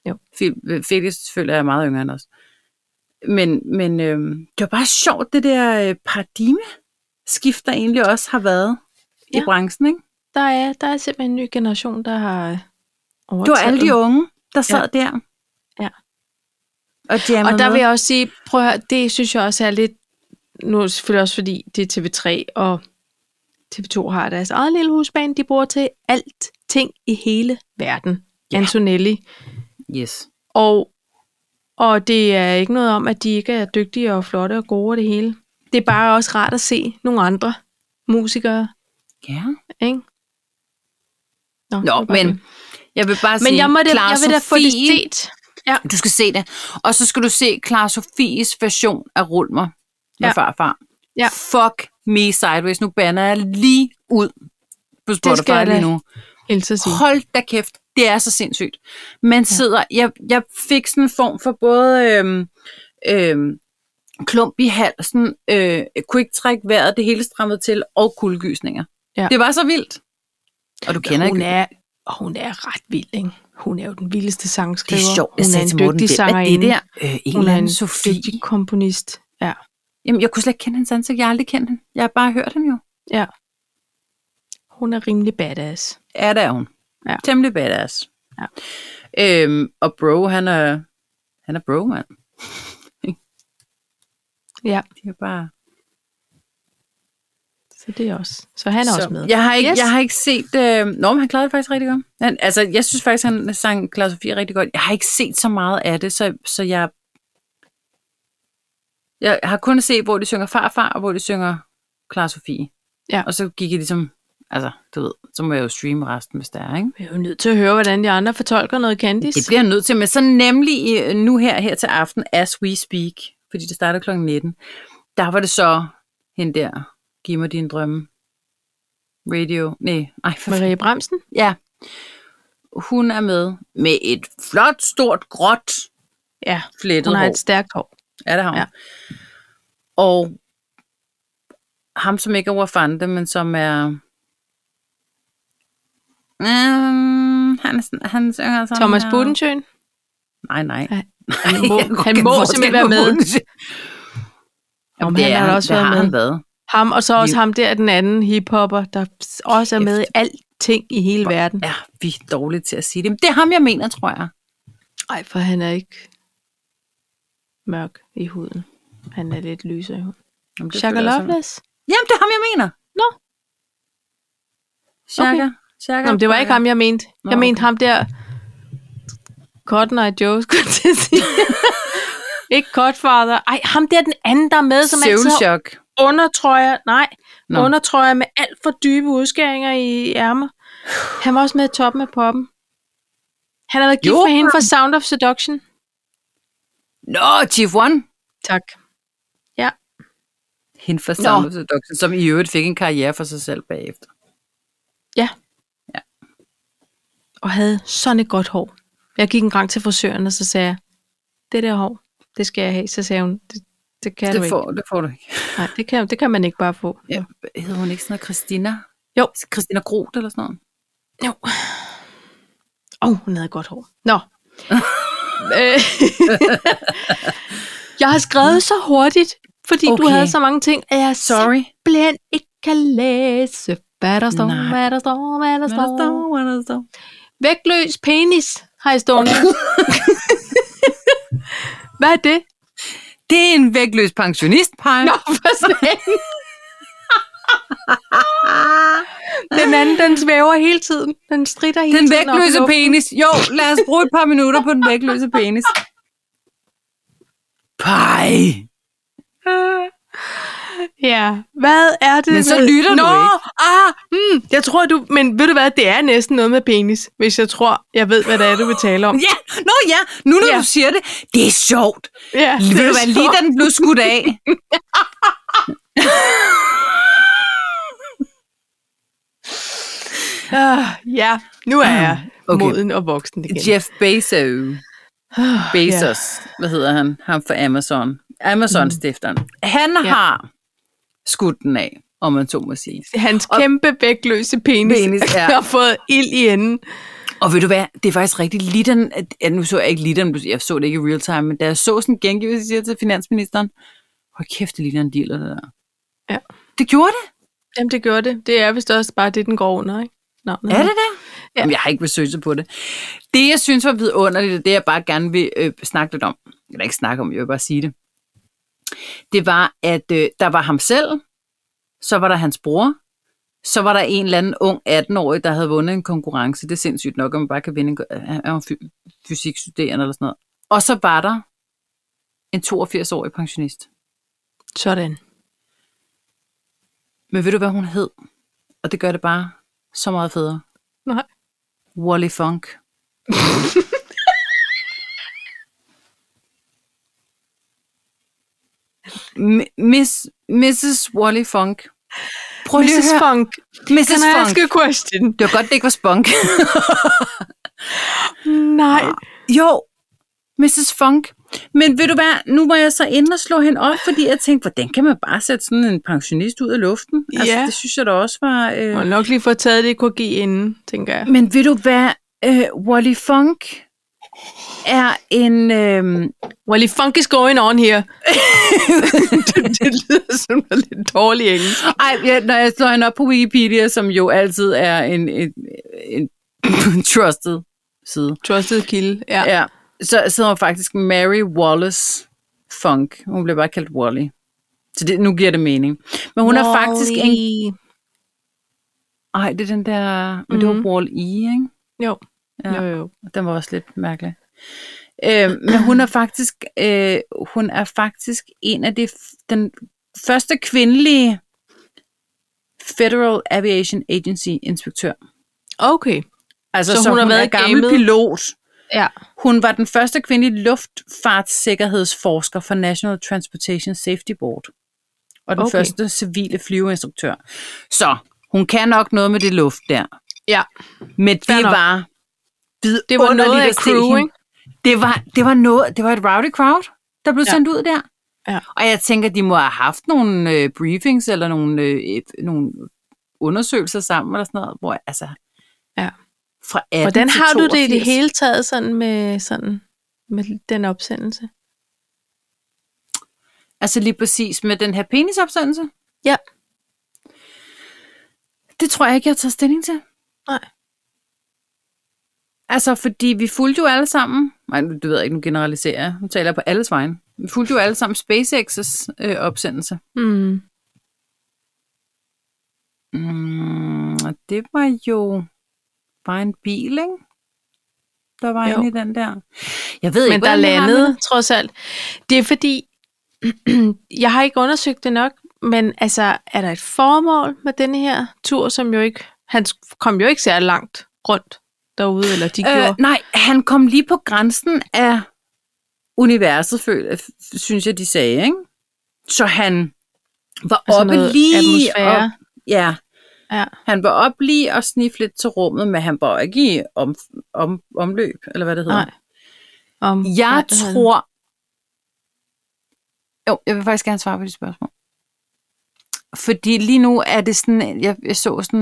Jo. Fe- Felix føler jeg er meget yngre end os. Men, men øhm, det var bare sjovt, det der øh, paradigme skift, der egentlig også har været ja. Ja. i branchen, ikke? Der er, der er simpelthen en ny generation, der har øh, overtaget. Det var alle de unge, der sad ja. der. Ja. Og, jammede Og der med. vil jeg også sige, prøv at høre, det synes jeg også er lidt, nu er det selvfølgelig også fordi, det er TV3, og TV2 har deres eget lille husbane, de bruger til alt ting i hele verden. Ja. Ja. Antonelli. Yes. Og, og det er ikke noget om, at de ikke er dygtige og flotte og gode og det hele. Det er bare også rart at se nogle andre musikere, Ja. ikke? det Nå, var bare men det. jeg vil bare sige, men jeg, må da, Clara jeg vil da få det Sofie- set. Du skal se det. Og så skal du se Clara Sofies version af Rulmer med Ja. ja. farfar. Ja. Fuck me sideways. Nu banner jeg lige ud på skal Spotify jeg lige da nu. Elsa sige. Hold da kæft. Det er så sindssygt. Man sidder... Jeg, jeg fik sådan en form for både... Øhm, øhm, klump i halsen, øh, kunne ikke trække vejret, det hele strammede til, og kuldegysninger. Ja. Det var så vildt. Og du kender hun ikke... er, og hun er ret vild, ikke? Hun er jo den vildeste Det sangskriver. er sjovt. altså, hun er en dygtig sangerinde. sangerinde. Det der? Øh, en hun eller er en anden Sofie. dygtig komponist. Ja. Jamen, jeg kunne slet ikke kende hendes ansigt. Jeg har aldrig kendt hende. Jeg har bare hørt hende jo. ja. Hun er rimelig badass. Ja, det er hun. Ja. Temmelig badass. Ja. Øhm, og bro, han er, han er bro, mand. Ja, De er bare... så det er også. Så han er Så også med. Jeg har ikke, Yes. yes. jeg har ikke set... Øh... Nå, men han klarede det faktisk rigtig godt. Han, altså, jeg synes faktisk, han sang Klaus Sofie rigtig godt. Jeg har ikke set så meget af det, så, så jeg... Jeg har kun set, hvor de synger farfar, og hvor de synger Klaus Sofie. Ja. Og så gik jeg ligesom... Altså, du ved, så må jeg jo streame resten, hvis det er, ikke? Vi er jo nødt til at høre, hvordan de andre fortolker noget Candice. Det bliver jeg nødt til, men så nemlig øh, nu her, her til aften, as we speak, fordi det starter kl. 19, der var det så hende der, giv mig din drømme, radio, nej, ej, for Marie Bremsen? ja, hun er med med et flot, stort, gråt, Ja, flettet hun har hår. et stærkt hår. Ja, det har hun. Ja. Ja. Og ham, som ikke er Wafande, men som er... Um, han, er sådan- han synger sådan Thomas her. Budensjøen? Nej, nej. Han må, Jeg kunne han ikke må forskel simpelthen på være med. Bogense. Jamen, Det han er har da også det været har med. Han været. Ham, og så også Liv. ham der, den anden hiphopper, der også er med i alting i hele verden. Ja, vi er dårlige til at sige det. Men det er ham, jeg mener, tror jeg. Nej, for han er ikke mørk i huden. Han er lidt lysere i huden. Jamen, det Shaka føler jeg også. Loveless? Jamen, det er ham, jeg mener. Nå. Shaka. Okay. Shaka. Nå, men det var ikke ham, jeg mente. Nå, Jeg mente okay. ham der... Cotton Eye Joe, skulle jeg til at sige. ikke Godfather. Ej, ham der den anden, der er med, som altid har Søvnchok. undertrøjer. Nej, Nå. Nå. undertrøjer med alt for dybe udskæringer i ærmer. Han var også med i toppen af poppen. Han har været gift Jo. med hende for Sound of Seduction. Nå, Chief One. Tak. Hende fra Sound of Seduction, som i øvrigt fik en karriere for sig selv bagefter. og havde sådan et godt hår. Jeg gik en gang til frisøren, og så sagde jeg, det der hår, det skal jeg have. Så sagde hun, det, det kan du Det ikke. får, det får du ikke. Nej, det kan, det kan man ikke bare få. Ja. Hedder hun ikke sådan noget Christina? Jo. Christina Groth eller sådan noget? Jo. Åh, oh, hun havde godt hår. Nå. Øh. jeg har skrevet så hurtigt, fordi okay. du Okay. havde så mange ting, at jeg Sorry. simpelthen ikke kan læse, hvad der står, Nej. hvad der står, hvad Hvad der er der står? står. Hvad er der står? Vægtløs penis har jeg stående. hvad er det? Det er en vægtløs pensionist, Paj. Nå, for satan. Den anden, den svæver hele tiden. Den strider hele Den tiden. op i vægtløse luften. penis. Jo, lad os bruge et par minutter på den vægtløse penis. Pej. Ja, hvad er det? Men så med- lytter du Nå, Ah, mm, jeg tror du, men ved du hvad, det er næsten noget med penis, hvis jeg tror, jeg ved, hvad det er, du vil tale om. Ja, nå ja, nu når Ja. ja. du siger det, det er sjovt. Ja, Ved du hvad, lige da den blev skudt af. Ah, ja, nu er jeg okay. Ah, Okay. moden og voksen igen. Jeff Bezos. Ah, Ja. Bezos, hvad hedder han? Ham fra Amazon. Amazon-stifteren. Han Ja. har skudt den af, om man så må sige. Hans kæmpe vægtløse penis, Penis, ja. har fået ild i enden. Og ved du hvad, det er faktisk rigtigt. Liden, ja, nu så jeg ikke Liden, jeg så det ikke i real time, men da jeg så sådan gengivelse siger til finansministeren, hold kæft, det ligner en dealer, det der. Ja. Det gjorde det. Jamen, det gjorde det. Det er vist også bare det, den går under, ikke? Nå, Ja. Er det det? Mm-hmm. Ja. Ja. Jamen, jeg har ikke researchet på det. Det, jeg synes var vidunderligt, og det, jeg bare gerne vil øh, snakke lidt om, eller ikke snakke om, jeg vil bare sige det, det var, at øh, der var ham selv, så var der hans bror, så var der en eller anden ung 18-årig, der havde vundet en konkurrence. Det er sindssygt nok, at man bare kan vinde en ko- er er hun fy- fysikstuderende eller sådan noget. Og så var der en 82-årig pensionist. Sådan. Men ved du, hvad hun hed? Og det gør det bare så meget federe. Nej. Wally Funk. M- Miss, Mrs. Wally Funk. Prøv lige at Mrs. høre. Funk, Mrs. can I Funk. ask a question? Det var godt, det ikke var Spunk. Nej. jo, Mrs. Funk. Men ved du hvad, nu var jeg så inde og slå hende op, fordi jeg tænkte, hvordan kan man bare sætte sådan en pensionist ud af luften? Altså, Ja. det synes jeg da også var... Øh... Må nok lige få taget det KG inden, tænker jeg. Men ved du hvad, øh, Wally Funk er en... Øh, Wally Funk is going on here. det, det lyder som noget lidt dårlig engelsk. ej, jeg, når jeg slår hende op på Wikipedia, som jo altid er en, en, en trusted side, Trusted kilde, ja. ja. så sidder hun faktisk Mary Wallace Funk. Hun bliver bare kaldt Wally. Så det, nu giver det mening. Men hun er faktisk en... Ej, det er den der... Men mm-hmm. det var Wall E, ikke? Jo. Ja. jo, jo. Den var også lidt mærkelig. Øh, men hun er faktisk øh, hun er faktisk en af de f- den første kvindelige Federal Aviation Agency inspektør. Okay. Altså, Så så, så hun, hun har hun været er i gammel gamet? pilot. Ja. Hun var den første kvindelige luftfartssikkerhedsforsker for National Transportation Safety Board. Og den Okay. okay. første civile flyveinstruktør. Så hun kan nok noget med det luft der. Ja. Men det Fair nok. var Det var vidunderligt noget af at se crew, hende. ikke? Det var, det var, noget, det var et rowdy crowd, der blev Ja. ja. sendt ud der. Ja. Og jeg tænker, de må have haft nogle øh, briefings eller nogle, øh, et- nogle undersøgelser sammen eller sådan noget, hvor altså Ja. fra 18 Hvordan til har du det i det 82. hele taget sådan med, sådan, med den opsendelse? Altså lige præcis med den her penisopsendelse? Ja. Det tror jeg ikke, jeg har taget stilling til. Nej. Altså, fordi vi fulgte jo alle sammen, nej, nu- du ved jeg ikke, nu generaliserer jeg, nu taler jeg på alles vegne. Vi fulgte jo alle sammen SpaceX's øh, opsendelse. Mm. Mm, og det var jo bare en bil, ikke? Der var Jo. inde i den der. Jeg ved Men ikke, der hvordan det har landede trods alt. Det er fordi, jeg har ikke undersøgt det nok, men altså, er der et formål med denne her tur, som jo ikke, han kom jo ikke særlig langt rundt derude, eller de øh, med- gjorde. øh, Nej, han kom lige på grænsen af universet, føl- f- synes jeg, de sagde, ikke? Så han var Altså oppe noget lige atmosfære. og, ja, Ja. han var oppe lige og snifte lidt til rummet, men han var ikke i om, om, omløb, eller hvad det hedder. Nej. Om, Jeg Øhm, hvad hedder tror... Jo, jeg vil faktisk gerne svare på dit spørgsmål. Fordi lige nu er det sådan... Jeg, jeg så sådan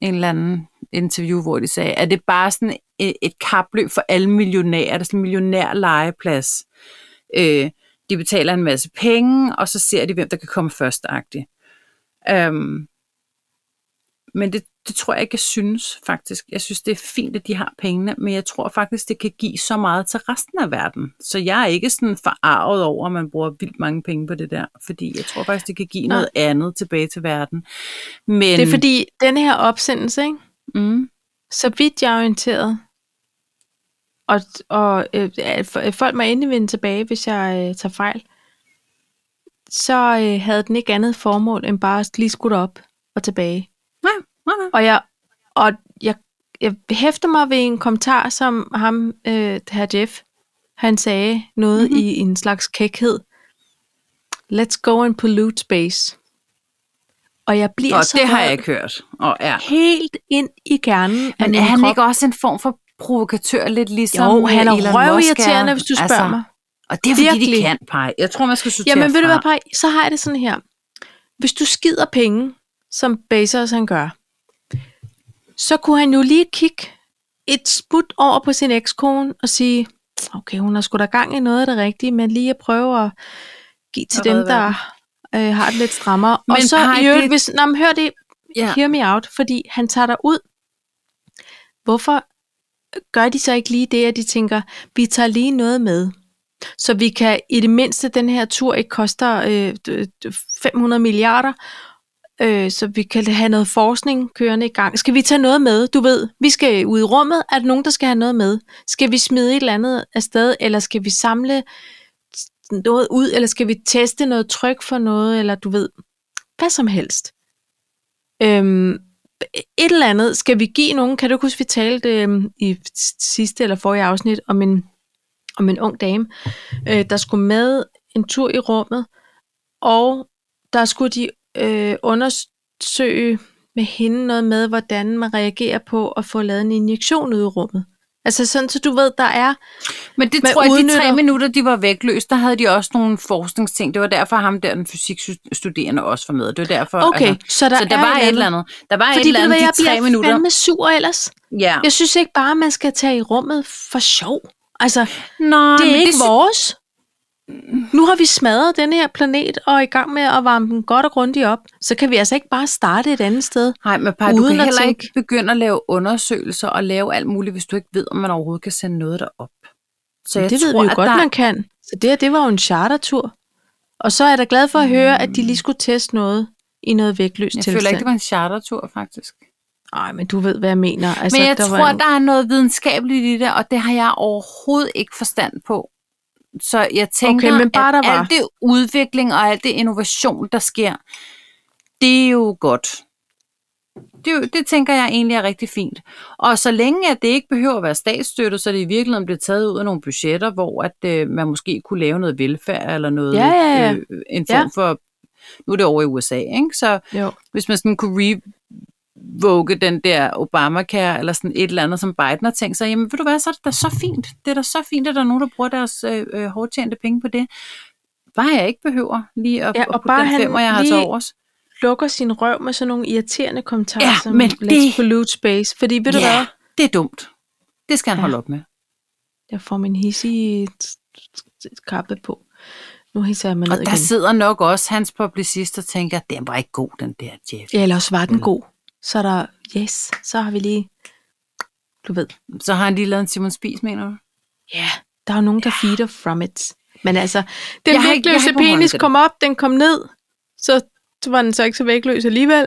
en eller anden interview, hvor de sagde, at det bare sådan et, et kapløb for alle millionærer. Der er sådan en millionærlegeplads. Øh, de betaler en masse penge, og så ser de, hvem der kan komme først, agtigt. Øhm, men det, det tror jeg ikke, jeg synes faktisk. Jeg synes, det er fint, at de har pengene, men jeg tror faktisk, det kan give så meget til resten af verden. Så jeg er ikke sådan forarvet over, at man bruger vildt mange penge på det der, fordi jeg tror faktisk, det kan give Nej. noget andet tilbage til verden. Men, Det er fordi, den her opsendelse, ikke? Mm, så vidt jeg er orienteret, og, og øh, øh, for- øh, folk må endelig vende tilbage, hvis jeg øh, tager fejl, så øh, havde den ikke andet formål end bare at lige skudt op og tilbage. nej, nej, nej. Og jeg, og jeg, jeg hæfter mig ved en kommentar, som ham, øh, her Jeff, han sagde noget Mhm. mm-hmm. i en slags kækhed. Let's go and pollute space. Og jeg bliver Og så det har vred jeg ikke hørt. Og ja. helt ind i kernen af Men min er han krop. ikke også en form for provokatør, lidt ligesom Jo, han er Elon Musk røvirriterende, hvis du spørger altså, mig. Og det er fordi, Virkelig. de kan pege. Jeg tror, man skal sortere Jamen ved du hvad, fra. Paj, så har jeg det sådan her. Hvis du skider penge, som Bezos han gør, så kunne han jo lige kigge et sput over på sin ekskone og sige, okay, hun har sgu da gang i noget af det rigtige, men lige at prøve at give til Og dem, redde der øh, har det lidt strammere. Men og Men så, Paj, i øvrigt, det- hvis, nå, men hør det, Ja. hear me out, fordi han tager dig ud. Hvorfor gør de så ikke lige det, at de tænker, vi tager lige noget med, så vi kan i det mindste, den her tur ikke koster øh, d- d- 500 milliarder, øh, så vi kan have noget forskning kørende i gang. Skal vi tage noget med? Du ved, vi skal ud i rummet. Er der nogen, der skal have noget med? Skal vi smide et eller andet afsted, eller skal vi samle noget ud, eller skal vi teste noget tryk for noget, eller du ved, hvad som helst. Øhm, et eller andet. Skal vi give nogen? Kan du huske, vi talte øhm, i sidste eller forrige afsnit om en, om en ung dame, øh, der skulle med en tur i rummet, og der skulle de øh, undersøge med hende noget med, hvordan man reagerer på at få lavet en injektion ud i rummet. Altså sådan, så du ved, der er... Men det Man tror jeg, de tre udnytter- minutter, de var vækløs, der havde de også nogle forskningsting. Det var derfor ham der, den fysikstuderende også var med. Det var derfor, Okay, altså, så der, så der er var et eller andet. Der var Fordi et eller ved du andet hvad, jeg de tre bliver minutter. fandme sur ellers. Ja. Jeg synes ikke bare, at man skal tage i rummet for sjov. Altså, Nå, det er men ikke sy- vores. Nu har vi smadret den her planet og er i gang med at varme den godt og grundigt op. Så kan vi altså ikke bare starte et andet sted. Nej, men par, du Uden kan at heller tænke- ikke begynde at lave undersøgelser og lave alt muligt, hvis du ikke ved, om man overhovedet kan sende noget derop. Så det ved vi jo at godt, der... man kan. Så det her, det var jo en chartertur. Og så er jeg da glad for at høre, at de lige skulle teste noget i noget vægtløs Jeg tilstand. føler ikke, det var en chartertur, faktisk. Nej, men du ved, hvad jeg mener. Altså, Altså, men jeg der tror, var en... der er noget videnskabeligt i det, og det har jeg overhovedet ikke forstand på. Så jeg tænker, Okay, men bare at der var. alt det udvikling og alt det innovation, der sker, det er jo godt. Det, er jo- det tænker jeg egentlig er rigtig fint. Og så længe at det ikke behøver at være statsstøttet, så det i virkeligheden bliver taget ud af nogle budgetter, hvor at øh, man måske kunne lave noget velfærd eller noget Ja, ja, ja. Øh, en form Ja. ja. for nu er det over i USA, ikke? Så Jo. hvis man sådan kunne revoke den der Obamacare, eller sådan et eller andet, som Biden har tænkt sig, jamen ved du hvad, så er det da så fint. Det er da så fint, at der er nogen, der bruger deres øh, øh, hårdtjente penge på det. Bare jeg ikke behøver lige at, Ja, ja, og og at putte bare den han femmer, jeg har lige- til overs. Lukker sin røv med sådan nogle irriterende kommentarer, Ja, som men let's det- pollute space. Fordi ved du hvad? ja, det er dumt. Det skal han ja. Ja. holde op med. Jeg får min hissige t- t- t- kappe på. Nu hisser jeg mig Og ned der igen. sidder nok også hans publicist og tænker, den var ikke god, den der Jeff. Ja, eller også var den god. Så er der, yes, så har vi lige, du ved. Så har han lige lavet en Simon Spies, mener du? Ja, yeah, der er jo nogen, der feeder from it. Men altså, den Jeg har ikke- jeg har vægtløse ikke på penis hånden. kom op, den kom ned, så så var den så ikke så vægtløs alligevel. Den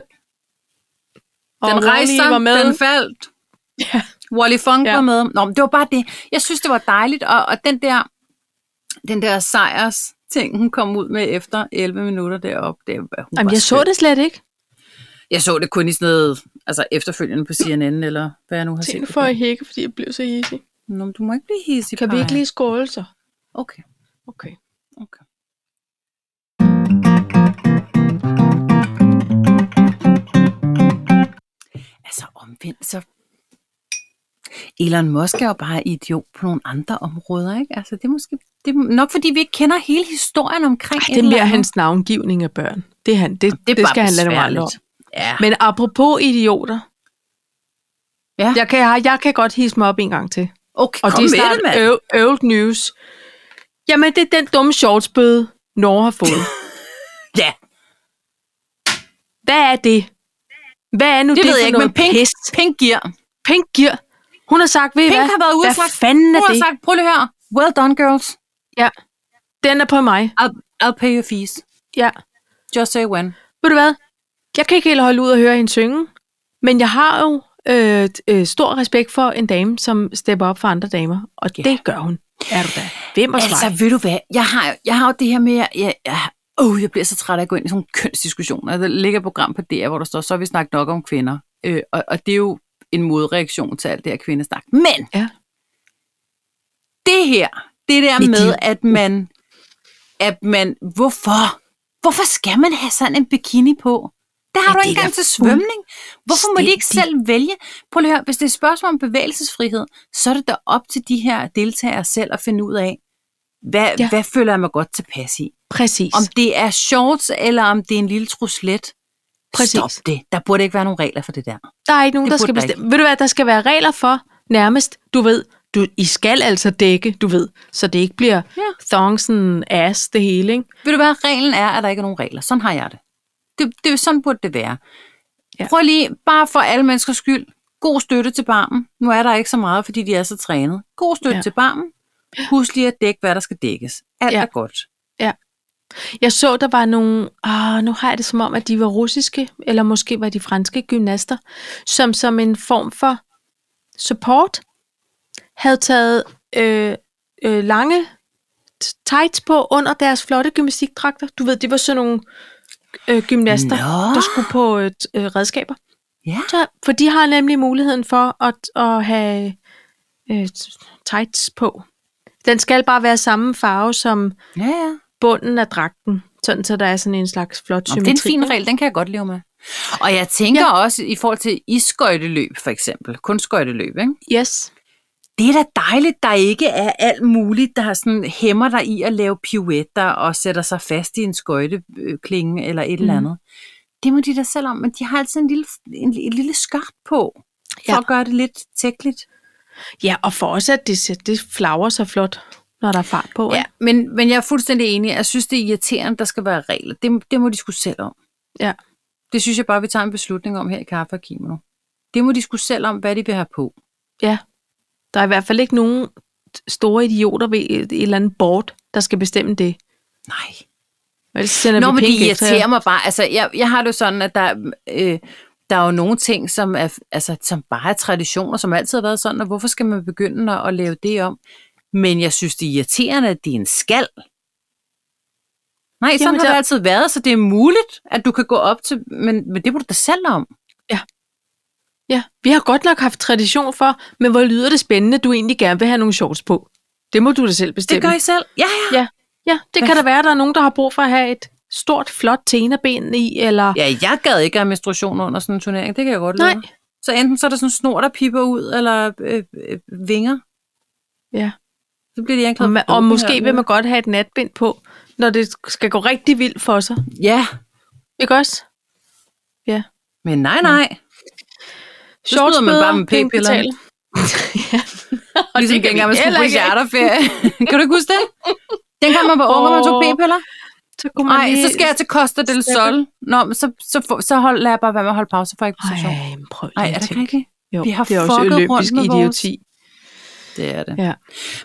Wall-E rejste sig, var med. den faldt. Ja. Wally Funk Ja. ja. var med. Nå, men det var bare det. Jeg synes, det var dejligt, og, og den der, den der sejrs ting, hun kom ud med efter 11 minutter deroppe. Det, var- hun Jamen, var jeg så skøn. det slet ikke. Jeg så det kun i sådan noget, altså efterfølgende på CNN, eller hvad jeg nu har set. Tænk det for på. at hække, fordi jeg blev så hissig. Nå, men du må ikke blive hissig, Kan vi Paj. ikke lige skåle så? Okay, Okay. okay. Altså omvendt, så Elon Musk er jo bare idiot på nogle andre områder, ikke? Altså, det er måske... Det er nok fordi, vi ikke kender hele historien omkring Ej, et det er eller mere andet. hans navngivning af børn. Det, er han, det, Det, det, er det bare skal han lade mig besværligt. om. Ja. Men apropos idioter. Ja. Jeg kan, jeg, jeg kan godt hisse mig op en gang til. Okay, Og kom det er øh, med snart det, mand. øv, old news. Jamen, det er den dumme shortsbøde, Norge har fået. Ja, Hvad er det? Hvad er nu det, det, ved for jeg ikke, men noget Pink, pis? Pink gear. Pink gear. Hun har sagt, ved I Pink hvad? har været ude og hvad sagt- fanden er Hun har det? sagt, prøv lige her. Well done, girls. Den er på mig. I'll, I'll pay your fees. Ja. Just say when. Ved du hvad? Jeg kan ikke helt holde ud og høre hende synge, men jeg har jo øh, t- øh, stor respekt for en dame, som stepper op for andre damer, og Ja. det gør hun. Er du da? Hvem og Altså, altså, ved du hvad? Jeg har, jeg har jo det her med, at jeg, jeg, oh, jeg bliver så træt af at gå ind i sådan nogle kønsdiskussioner. Der ligger et program på DR, hvor der står, så har vi snakket nok om kvinder. Øh, og, og det er jo en modreaktion til alt det her kvindesnak. Men Ja. det her, det der Det er med, de- at man, at man, hvorfor? Hvorfor skal man have sådan en bikini på? Der har Ja, ja, du det ikke er engang til svømning. Hvorfor må de ikke fuldstændig- selv vælge? Prøv lige at høre, hvis det er et spørgsmål om bevægelsesfrihed, så er det da op til de her deltagere selv at finde ud af, hvad, Ja. ja. hvad føler jeg mig godt tilpas i? Præcis. Om det er shorts, eller om det er en lille truslet. Præcis. Stop det. Der burde ikke være nogen regler for det der. Der er ikke nogen, Det der burde skal der ikke. bestemme. Ved du hvad, der skal være regler for nærmest, du ved, du, I skal altså dække, du ved, så det ikke bliver ja. Ja. thongsen, ass, det hele, ikke? Ved du hvad, reglen er, at der ikke er nogen regler. Sådan har jeg det. det, det sådan burde det være. Ja. Ja. Prøv lige, bare for alle menneskers skyld, god støtte til barmen. Nu er der ikke så meget, fordi de er så trænet. God støtte Ja. ja. til barmen. Husk lige at dække, hvad der skal dækkes. Alt Ja. ja. er godt. Jeg så, der var nogle, ah, nu har jeg det som om, at de var russiske, eller måske var de franske gymnaster, som som en form for support havde taget øh, øh, lange t- tights på under deres flotte gymnastikdragter. Du ved, det var sådan nogle øh, gymnaster, Nå. der skulle på øh, t- øh, redskaber. Ja. Så, for de har nemlig muligheden for at, at have øh, tights på. Den skal bare være samme farve som Ja, ja. bunden af dragten, sådan så der er sådan en slags flot Nå, men symmetri. det er en fin regel, den kan jeg godt leve med. Og jeg tænker ja. også i forhold til iskøjteløb for eksempel, kun skøjteløb, ikke? Yes. Det er da dejligt, der ikke er alt muligt, der sådan hæmmer dig i at lave pirouetter og sætter sig fast i en skøjteklinge eller et mm. eller Mm. andet. Det må de da selv om, men de har altid en lille, en, en lille skørt på, for ja. Ja. at gøre det lidt tækkeligt. Ja, og for også, at det, ser- det flager så flot, når der er fart på. Ja, ikke? men, men jeg er fuldstændig enig. Jeg synes, det er irriterende, der skal være regler. Det, det må de skulle selv om. ja. Det synes jeg bare, vi tager en beslutning om her i Kaffe og Kimono. Det må de skulle selv om, hvad de vil have på. Ja. Der er i hvert fald ikke nogen store idioter ved et, et eller andet board, der skal bestemme det. Nej. Ellers sender Nå, vi men det penge efter jer. irriterer mig bare. Altså, jeg, jeg har det jo sådan, at der, øh, der er jo nogle ting, som, er, altså, som bare er traditioner, som altid har været sådan, og hvorfor skal man begynde at, at lave det om? Men jeg synes, det er irriterende, at det er en skal. Nej, sådan Jamen, Jamen, har det der- altid været, så det er muligt, at du kan gå op til, men, men det må du da selv om. Ja, vi har godt nok haft tradition for, men hvor lyder det spændende, du egentlig gerne vil have nogle shorts på. Det må du da selv bestemme. Det gør I selv. Ja, ja. Ja, ja det Hvad- kan da være, at der er nogen, der har brug for at have et stort, flot tenerben i, eller... Ja, jeg gad ikke at have menstruation under sådan en turnering. Det kan jeg godt lide. Nej. Så enten så er der sådan en snor, der piper ud, eller øh, øh, vinger. Ja. Så bliver de anklaget. for Og, ma- og doping måske alt vil man muligt. godt have et natbind på, når det skal gå rigtig vildt for sig. Ja, Ikke også? men nej, nej. Så smider man Shortsbøder, bare med penge p-pillerne. betaler. ja. Og ligesom det kan dengang, man vi skulle heller på ikke. charterferie. kan du ikke huske det? Dengang man var ung, og man tog Åh, p-piller. Så kunne man Nej, lige... så skal jeg til Costa del Slet Sol. Nå, men så, så, så, så hold, lad jeg bare være med at holde pause for ikke position. Ej, men prøv Nej, lige er at det tænke. rigtigt? Jo, Vi har det er også fucket rundt olympisk med vores- idioti. Det er det. Ja.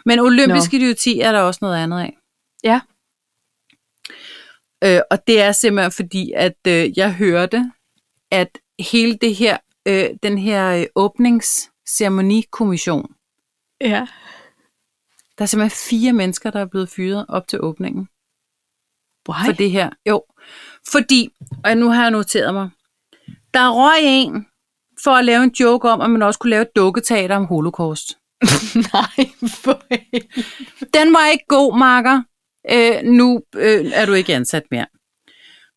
Men olympisk Nå. idioti er der også noget andet af. Ja. Øh, og det er simpelthen fordi, at øh, jeg hørte, at hele det her, øh, den her øh, åbningsceremonikommission, ja. der er simpelthen fire mennesker, der er blevet fyret op til åbningen Why? for det her. Jo, fordi, og nu har jeg noteret mig, der røg en for at lave en joke om, at man også kunne lave et dukketeater om holocaust. Nej, for den var ikke god, Marker. Øh, nu øh, er du ikke ansat mere.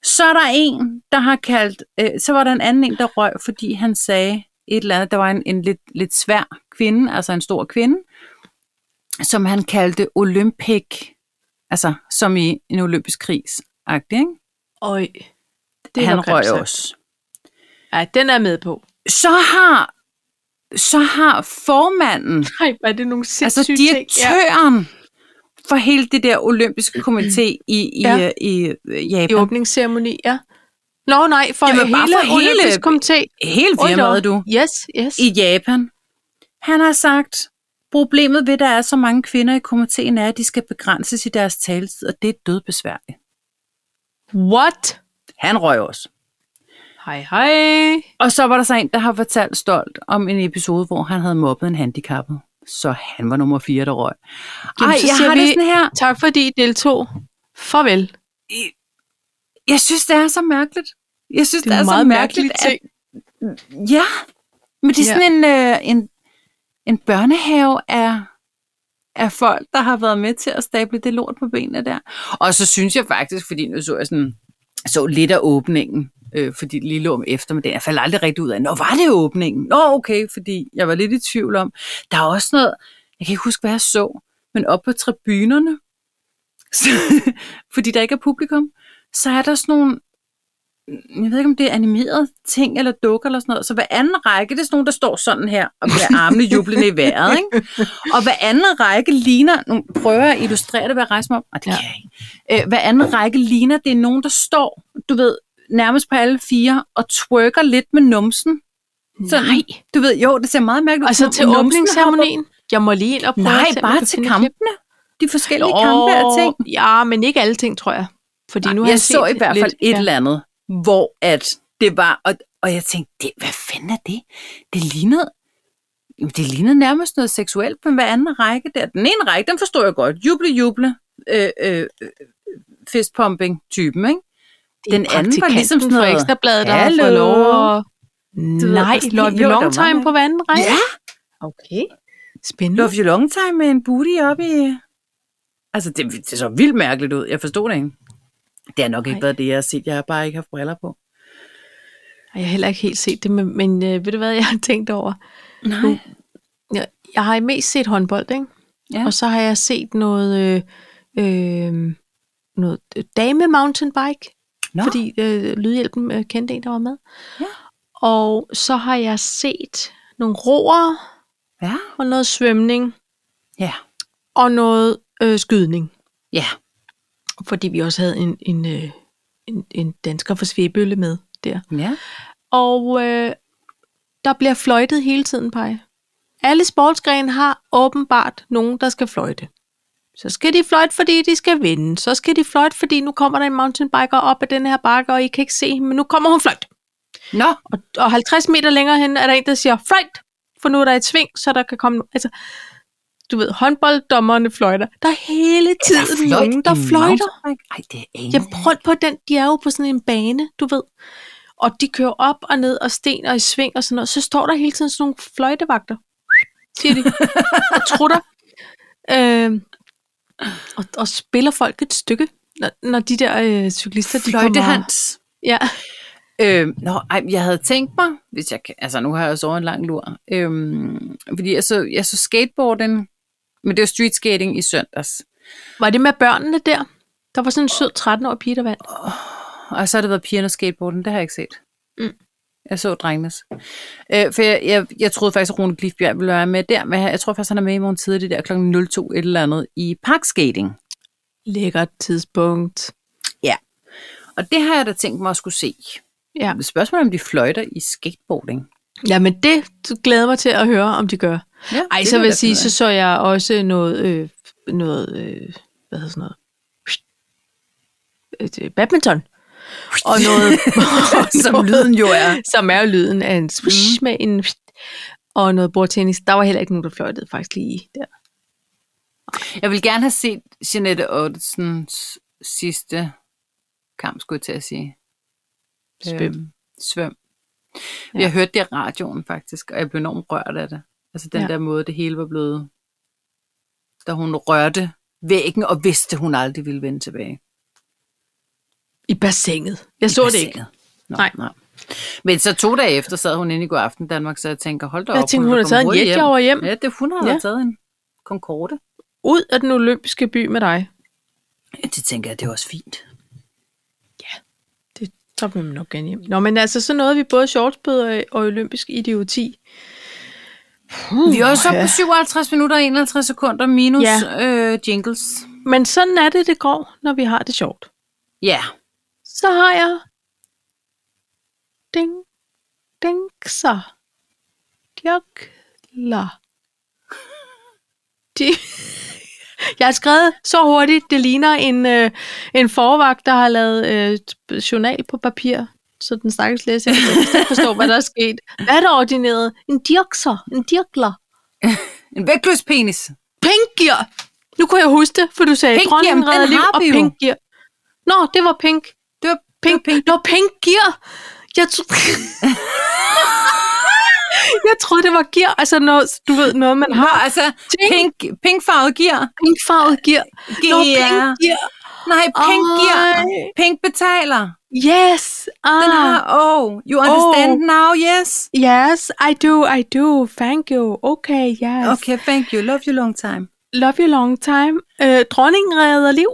Så er der en, der har kaldt, øh, så var der en anden en, der røg, fordi han sagde et eller andet, der var en, en lidt, lidt svær kvinde, altså en stor kvinde, som han kaldte Olympic, altså som i en olympisk kris, ikke? Øj. Det er han nok røg grimt sagt. også. Ej, den er jeg med på. Så har, så har formanden Nej, var det nogle altså sindssyge ting? direktøren for hele det der olympiske komité i, i, Ja. ja. i, i I Japan. åbningsceremoni, ja. Nå nej, for Jamen, Jamen, bare hele for hele- Olympisk komité. Hele Hold da firmaet, op. du. Yes, yes. I Japan. Han har sagt, problemet ved, at der er så mange kvinder i komiteen, er, at de skal begrænses i deres taletid, og det er dødbesværligt. What? Han røg også. Hej, hej. Og så var der så en, der har fortalt stolt om en episode, hvor han havde mobbet en handicappet. Så han var nummer 4, der røg. Jamen, Ej, så jeg siger har vi- det sådan her. Tak fordi I deltog. Farvel. Jeg synes, det er så mærkeligt. Jeg synes, det Det er, er en så meget mærkelig mærkeligt, at ting. Ja, men det er sådan en, øh, en, en børnehave af, af folk, der har været med til at stable det lort på benene der. Og så synes jeg faktisk, fordi nu så jeg sådan, så lidt af åbningen, øh, fordi det lige lå om eftermiddagen. Jeg faldt aldrig rigtig ud af, nå, var det åbningen? Nå, okay, fordi jeg var lidt i tvivl om. Der er også noget, jeg kan ikke huske, hvad jeg så, men op på tribunerne, så, fordi der ikke er publikum, så er der sådan nogle jeg ved ikke, om det er animerede ting, eller dukker, eller sådan noget. Så hver anden række, det er sådan nogle, der står sådan her, og med armene jublende i vejret, ikke? Og hver anden række ligner, nu prøver jeg at illustrere det ved at rejse mig op, og det ja. Ja. kan jeg ikke. Øh, hver anden række ligner, det er nogen, der står, du ved, nærmest på alle fire, og twerker lidt med numsen. Sådan, Nej. Du ved, jo, det ser meget mærkeligt ud. Og så som om Altså, til numsen åbningsceremonien. Jeg må lige ind og prøve hopper- at Nej, se, om jeg bare kan til finde et klip. kampene. De forskellige kampe og ting. Ja, men ikke alle ting, tror jeg. Fordi Nej, nu nu har jeg, jeg jeg så set i hvert fald lidt, et ja. eller andet, hvor at det var, og, og jeg tænkte, det, hvad fanden er det? Det lignede, jamen, det lignede nærmest noget seksuelt, men hver anden række der, den ene række, den forstår jeg godt, juble, juble, øh, øh, fistpumping-typen, øh, ikke? Den anden var ligesom sådan noget... ekstra bladet, der har Hallo. fået lov at... ved, Nej, sådan- Love Jo, You der Long var Time mange. på vanden, right? Ja, Okay. Spændende. Love You Long Time med en booty op i... Altså, det, det så vildt mærkeligt ud. Jeg forstod det ikke. Det har nok ikke Nej. været det, jeg har set. Jeg har bare ikke haft briller på. Jeg har heller ikke helt set det, men, men øh, ved du hvad, jeg har tænkt over? Nej. Jeg, jeg har mest set håndbold, ikke? Ja. Og så har jeg set noget, øh, øh, noget øh, dame mountainbike, Nå. fordi øh, Lydhjælpen øh, kendte en, der var med. Ja. Og så har jeg set nogle roer Ja. og noget svømning Ja. og noget øh, skydning, Ja. fordi vi også havde en, en, øh, en, en dansker fra Svebølle med der. Ja. Og øh, der bliver fløjtet hele tiden, Paj. Alle sportsgrene har åbenbart nogen, der skal fløjte. Så skal de fløjte, fordi de skal vinde. Så skal de fløjte, fordi nu kommer der en mountainbiker op ad den her bakke, og I kan ikke se hende, men nu kommer hun fløjt. Nå. Og, og 50 meter længere hen er der en, der siger fløjt, for nu er der et sving, så der kan komme... Altså, du ved, håndbolddommerne fløjter. Der er hele tiden er der nogen, der fløjter. Nej, det er ingen. Jamen prøv på den, de er jo på sådan en bane, du ved. Og de kører op og ned og sten og i sving og sådan noget. Så står der hele tiden sådan nogle fløjtevagter, siger de, og trutter. Øh, og, og spiller folk et stykke, når, når de der øh, cyklister, de kommer. Fløjtehans. Ja, Øh, nå, ej, jeg havde tænkt mig, hvis jeg kan, altså nu har jeg jo sovet en lang lur, øhm, fordi jeg så, jeg så skateboarden, men det var street skating i søndags, var det med børnene der? Der var sådan en sød 13-årig pige, der vandt. og så har det været pigerne og skateboarden, det har jeg ikke set. Mm. Jeg så drengenes. Øh, for jeg, jeg, jeg troede faktisk, at Rune Glifbjerg ville være med der, men jeg tror faktisk, han er med i morgen tidlig, det der kl. 02 et eller andet i parkskating. Lækkert tidspunkt. Og det har jeg da tænkt mig at skulle se. Ja. Spørgsmålet er, om de fløjter i skateboarding. Jamen det glæder mig til at høre, om de gør. Ja, Ej, det så da vil jeg sige, finde ud så så jeg også noget, øh, noget øh, hvad hedder sådan noget, Øh, det- badminton. Og noget, af. som lyden jo er. som er jo lyden af en swish mm. med en, og noget bordtennis. Der var heller ikke nogen, der fløjtede faktisk lige der. Jeg vil gerne have set Jeanette Ottesens sidste kamp, skulle jeg til at sige. Svøm. Øhm, svøm. Ja. Ja. Jeg hørte det i radioen faktisk, og jeg blev enormt rørt af det. Altså den Ja. ja. der måde, det hele var blevet, da hun rørte væggen og vidste, hun aldrig ville vende tilbage. I bassinet. Jeg så det ikke. Nå, Nej. nej. nej. Men så to dage efter sad hun inde i god aften Danmark, så jeg tænker, hold da Jeg op. tænkte, hun er har taget en kommet hurtigt jetjager over hjem. hjem. Ja, det, hun har Ja. ja. taget en Concorde. Ud af den olympiske by med dig. Det tænker jeg, det er også fint. Det, så vil man nok gerne hjem. Nå, men altså, så nåede vi både shortsbøder og olympisk idioti. Puh, Vi er også oppe Mm. ja. på 57 minutter og 51 sekunder minus Ja. ja. øh, jingles. Men sådan er det, det går, når vi har det sjovt. Ja, så har jeg ding, ding, så jokler. De, jeg har skrevet så hurtigt, det ligner en, øh, en forvagt, der har lavet øh, t- journal på papir. Så den stakkels læser, jeg kan ikke forstå, hvad der er sket. Hvad er der ordineret? En dirkser, en dirkler. en vægtløs penis. Pinkgear! Nu kunne jeg huske det, for du sagde, Pink, jamen, dronningen den redder liv har og vi jo. pinkgear. Nå, det var pink. Det var Pink, pink. det var pink gear. Jeg, tro- jeg troede, det var gear. Altså noget, du ved, noget man Nå, har. altså Ting. pink, pink farvet gear. Pinkfarvet gear. Nå, pink Gear. gear. Nej, pink Ej. gear. Pink betaler. Yes. Ah. Den har, oh, you understand Oh. now, yes. Yes, I do, I do. Thank you. Okay, yes. Okay, thank you. Love you long time. Love you long time. Øh, dronningen redder liv.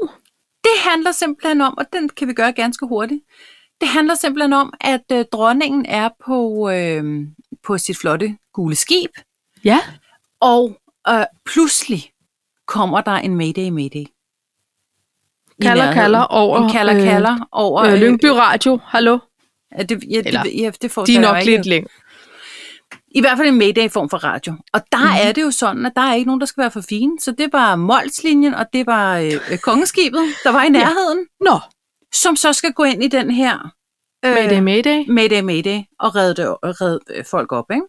Det handler simpelthen om, og den kan vi gøre ganske hurtigt. Det handler simpelthen om, at øh, dronningen er på, øh, på sit flotte gule skib, Ja. Og øh, pludselig kommer der en mayday mayday. I Kalder, nærheden. kalder over, En kalder, øh, kalder over... Øh, Lyngby Radio, hallo. øh, det, ja, Eller, det, ja, det får De er jeg jo nok ikke. lidt længere. I hvert fald en mayday i form for radio. Og der Mhm. mm. er det jo sådan, at der er ikke nogen, der skal være for fine. Så det var Molslinjen, og det var øh, øh, kongeskibet, der var i nærheden, ja. Nå, som så skal gå ind i den her øh, mayday, mayday. mayday, mayday og redde, det, og redde øh, folk op, ikke?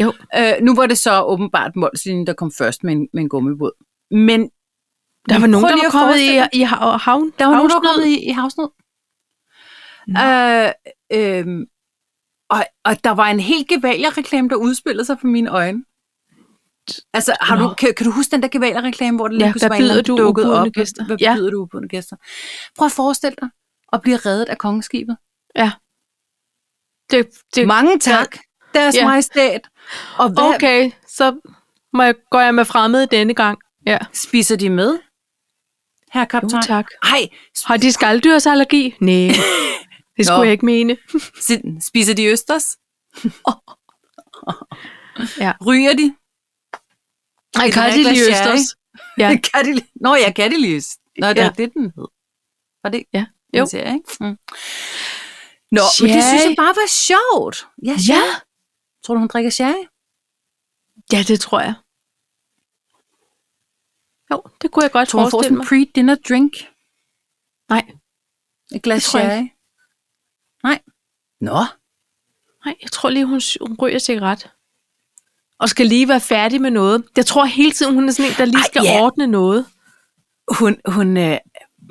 Jo. Øh, nu var det så åbenbart Molslinjen, der kom først med en, med en gummibåd. Men Der var nogen, Prøv der lige var at kommet i, forestille i hav, havn. Der var nogen, der havnsnød. var kommet i, i havsnød. Øh, øhm, og, og der var en helt gevalia-reklame, der udspillede sig for mine øjne. Altså, har Nå. du, kan, kan du huske den der gevalia-reklame, hvor det Ja, lige pludselig hvad var en eller byder anden, du der dukkede ubudne op? gæster? Hvad Ja. byder du ubudne gæster? Prøv at forestille dig at blive reddet af kongeskibet. Det, det, Mange tak, deres Øh, Ja. ja. majestæt. Og hvad okay. okay, så må jeg, går jeg med fremmede denne gang. Ja. spiser de med? Herre kaptajn? tak. Ej, Har de skalddyrsallergi? Nej, det skulle Nå. jeg ikke mene. sp- spiser de østers? Ja. Ryger de? Nej, kan de lige østers? Ja. Ja. Kattelys. Nå ja, Kattelys. Nå, det Ja. var det, den hed. Var det Ja. den Jo. Serie, ikke? Mm. Nå, men det synes jeg Sherry. bare var sjovt. Ja, ja. sherry. Tror du, hun drikker sherry? Ja, det tror jeg. Jo, det kunne jeg godt Tror du, hun får forestille sådan mig. en pre-dinner drink? Nej, Et glas Det tror jeg sherry? Nej. Nå. nej, jeg tror lige, hun, s- hun ryger cigaret. Og skal lige være færdig med noget. Jeg tror hele tiden, hun er sådan en, der lige Ej, skal ja. ordne noget. Hun, hun øh,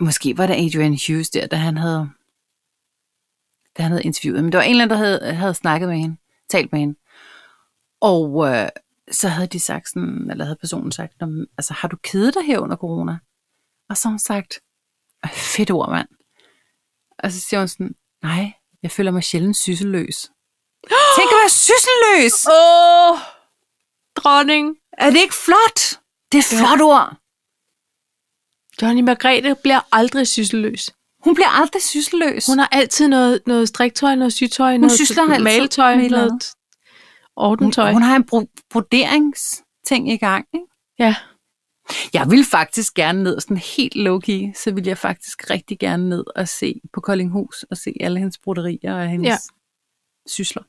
måske var det Adrian Hughes der, da han havde, da han havde interviewet. Men der var en eller anden, der havde, havde snakket med hende, talt med hende. Og øh, så havde de sagt sådan, eller havde personen sagt, "Nå, men, altså har du kedet dig her under corona? Og så har hun sagt, "Ej, fedt ord mand. Og så siger hun sådan, nej, jeg føler mig sjældent sysselløs. Tænk at være sysselløs! Åh, oh, dronning. Er det ikke flot? Det er et flot ord. Johnny Margrethe bliver aldrig sysselløs. Hun bliver aldrig sysselløs. Hun har altid noget, noget striktøj, noget sygtøj, hun noget sysler altid maletøj, med et eller noget andet. ordentøj. Hun, hun har en bro- broderingsting i gang. Ikke? Ja. Jeg vil faktisk gerne ned, sådan helt low-key, så vil jeg faktisk rigtig gerne ned og se på Koldinghus, og se alle hendes broderier og hendes Ja. ja. sysler.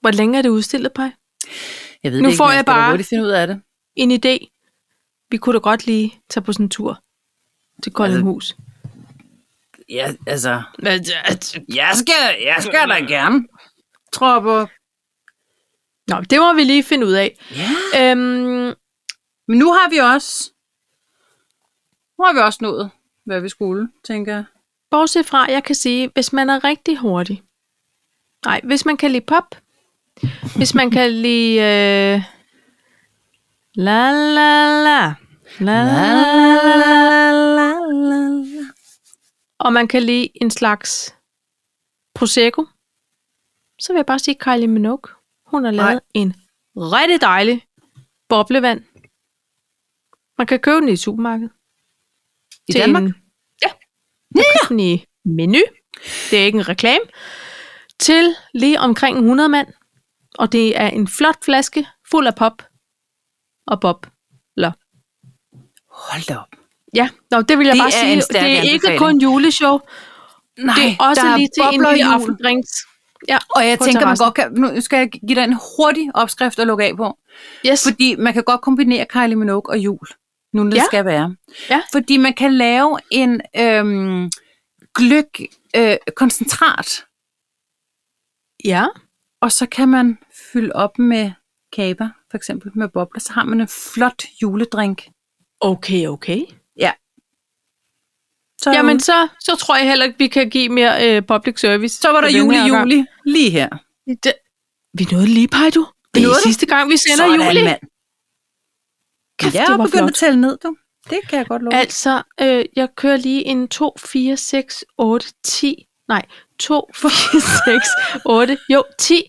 Hvor længe er det udstillet, Paj? Jeg ved Nu det ikke, får men jeg skal da bare- hurtigt finde ud af det. En idé. Vi kunne da godt lige tage på sådan en tur til Koldinghus. Ja, altså, Altså. jeg skal, jeg skal da gerne. Tropper. Nå, det må vi lige finde ud af. Ja. Øhm, Men nu har vi også, nu har vi også nået, hvad vi skulle, tænker jeg. bortset fra, jeg kan sige, hvis man er rigtig hurtig. Nej, hvis man kan lide pop. Hvis man kan lide... Øh, la la la. La la og man kan lide en slags prosecco, så vil jeg bare sige Kylie Minogue. Hun har lavet Nej. en rigtig dejlig boblevand. Man kan købe den i supermarkedet. I Til Danmark? En, ja. Man kan købe den i menu. Det er ikke en reklame. Til lige omkring 100 mand. Og det er en flot flaske fuld af pop og bob. Eller Hold da op. Ja, Nå, det vil jeg Det bare er sige. en stærk det er ikke anbefaling. kun juleshow. Nej, Det er også der lige til en bobler i lille julen. aftendrinks. Ja, Og jeg på tænker, man terrassen. godt kan, nu skal jeg give dig en hurtig opskrift at lukke af på. Yes. Fordi man kan godt kombinere Kylie Minogue og jul, nu når det Ja. skal være. Ja. Fordi man kan lave en øhm, gløk øh, koncentrat, Ja. og så kan man fylde op med kaber, for eksempel med bobler, så har man en flot juledrink. Okay, okay. Så, Jamen, så, så tror jeg heller ikke, vi kan give mere øh, public service. så var der på den jul i her gang. juli lige her. Det, vi nåede lige, Paj, du. Det nåede er det. sidste gang, vi sender Sådan, juli. mand. Kæft, Jeg er det jo var begyndt flot. at tælle ned, du. Det kan jeg godt love. Altså, øh, jeg kører lige en 2, 4, 6, 8, 10. Nej, 2, 4, 6, 8, jo, 10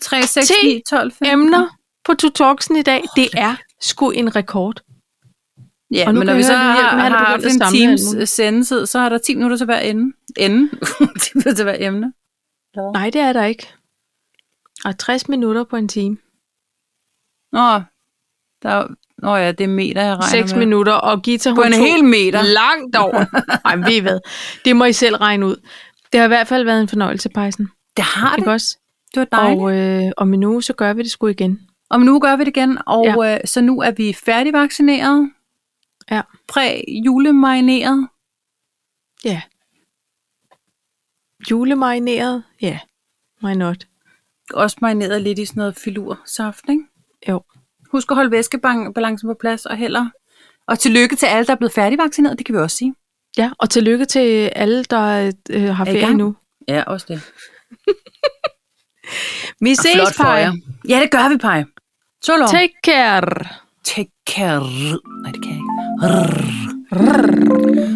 3, 6, Ti 9, 12, 15. emner på Tutorksen i dag. Det er sgu en rekord. Ja, Og og nu men når kan vi jeg så høre, at vi er- har, vi har det har begyndt haft at en samle alt muligt. times sendetid, så er der 10 minutter til hver ende. Ende. 10 minutter til hver emne. Nej, det er der ikke. Og 60 minutter på en time. Nå, der, er- nå ja, det er meter, jeg regner 6 med. minutter, og Gita hun På en tog hel meter. langt over. Ej, men ved I hvad? Det må I selv regne ud. Det har i hvert fald været en fornøjelse, Pejsen. Det har Ikke det. også? Det var dejligt. Og, Og øh, om en uge, så gør vi det sgu igen. og nu gør vi det igen, og ja. øh, så nu er vi færdigvaccineret. Ja. Præ-julemarineret. Ja. Julemarineret? Ja. Why not? Også marineret lidt i sådan noget filursaft, ikke? Jo. Husk at holde væskebalancen på plads, og heller... Og tillykke til alle, der er blevet færdigvaccineret, det kan vi også sige. Ja, og tillykke til alle, der øh, har i ferie gang? nu. Ja, også det. Vi ses, for jer. Paj. Ja, det gør vi, Paj. Så long. Take care. Take care. Nej, det kan jeg ikke. Rrr.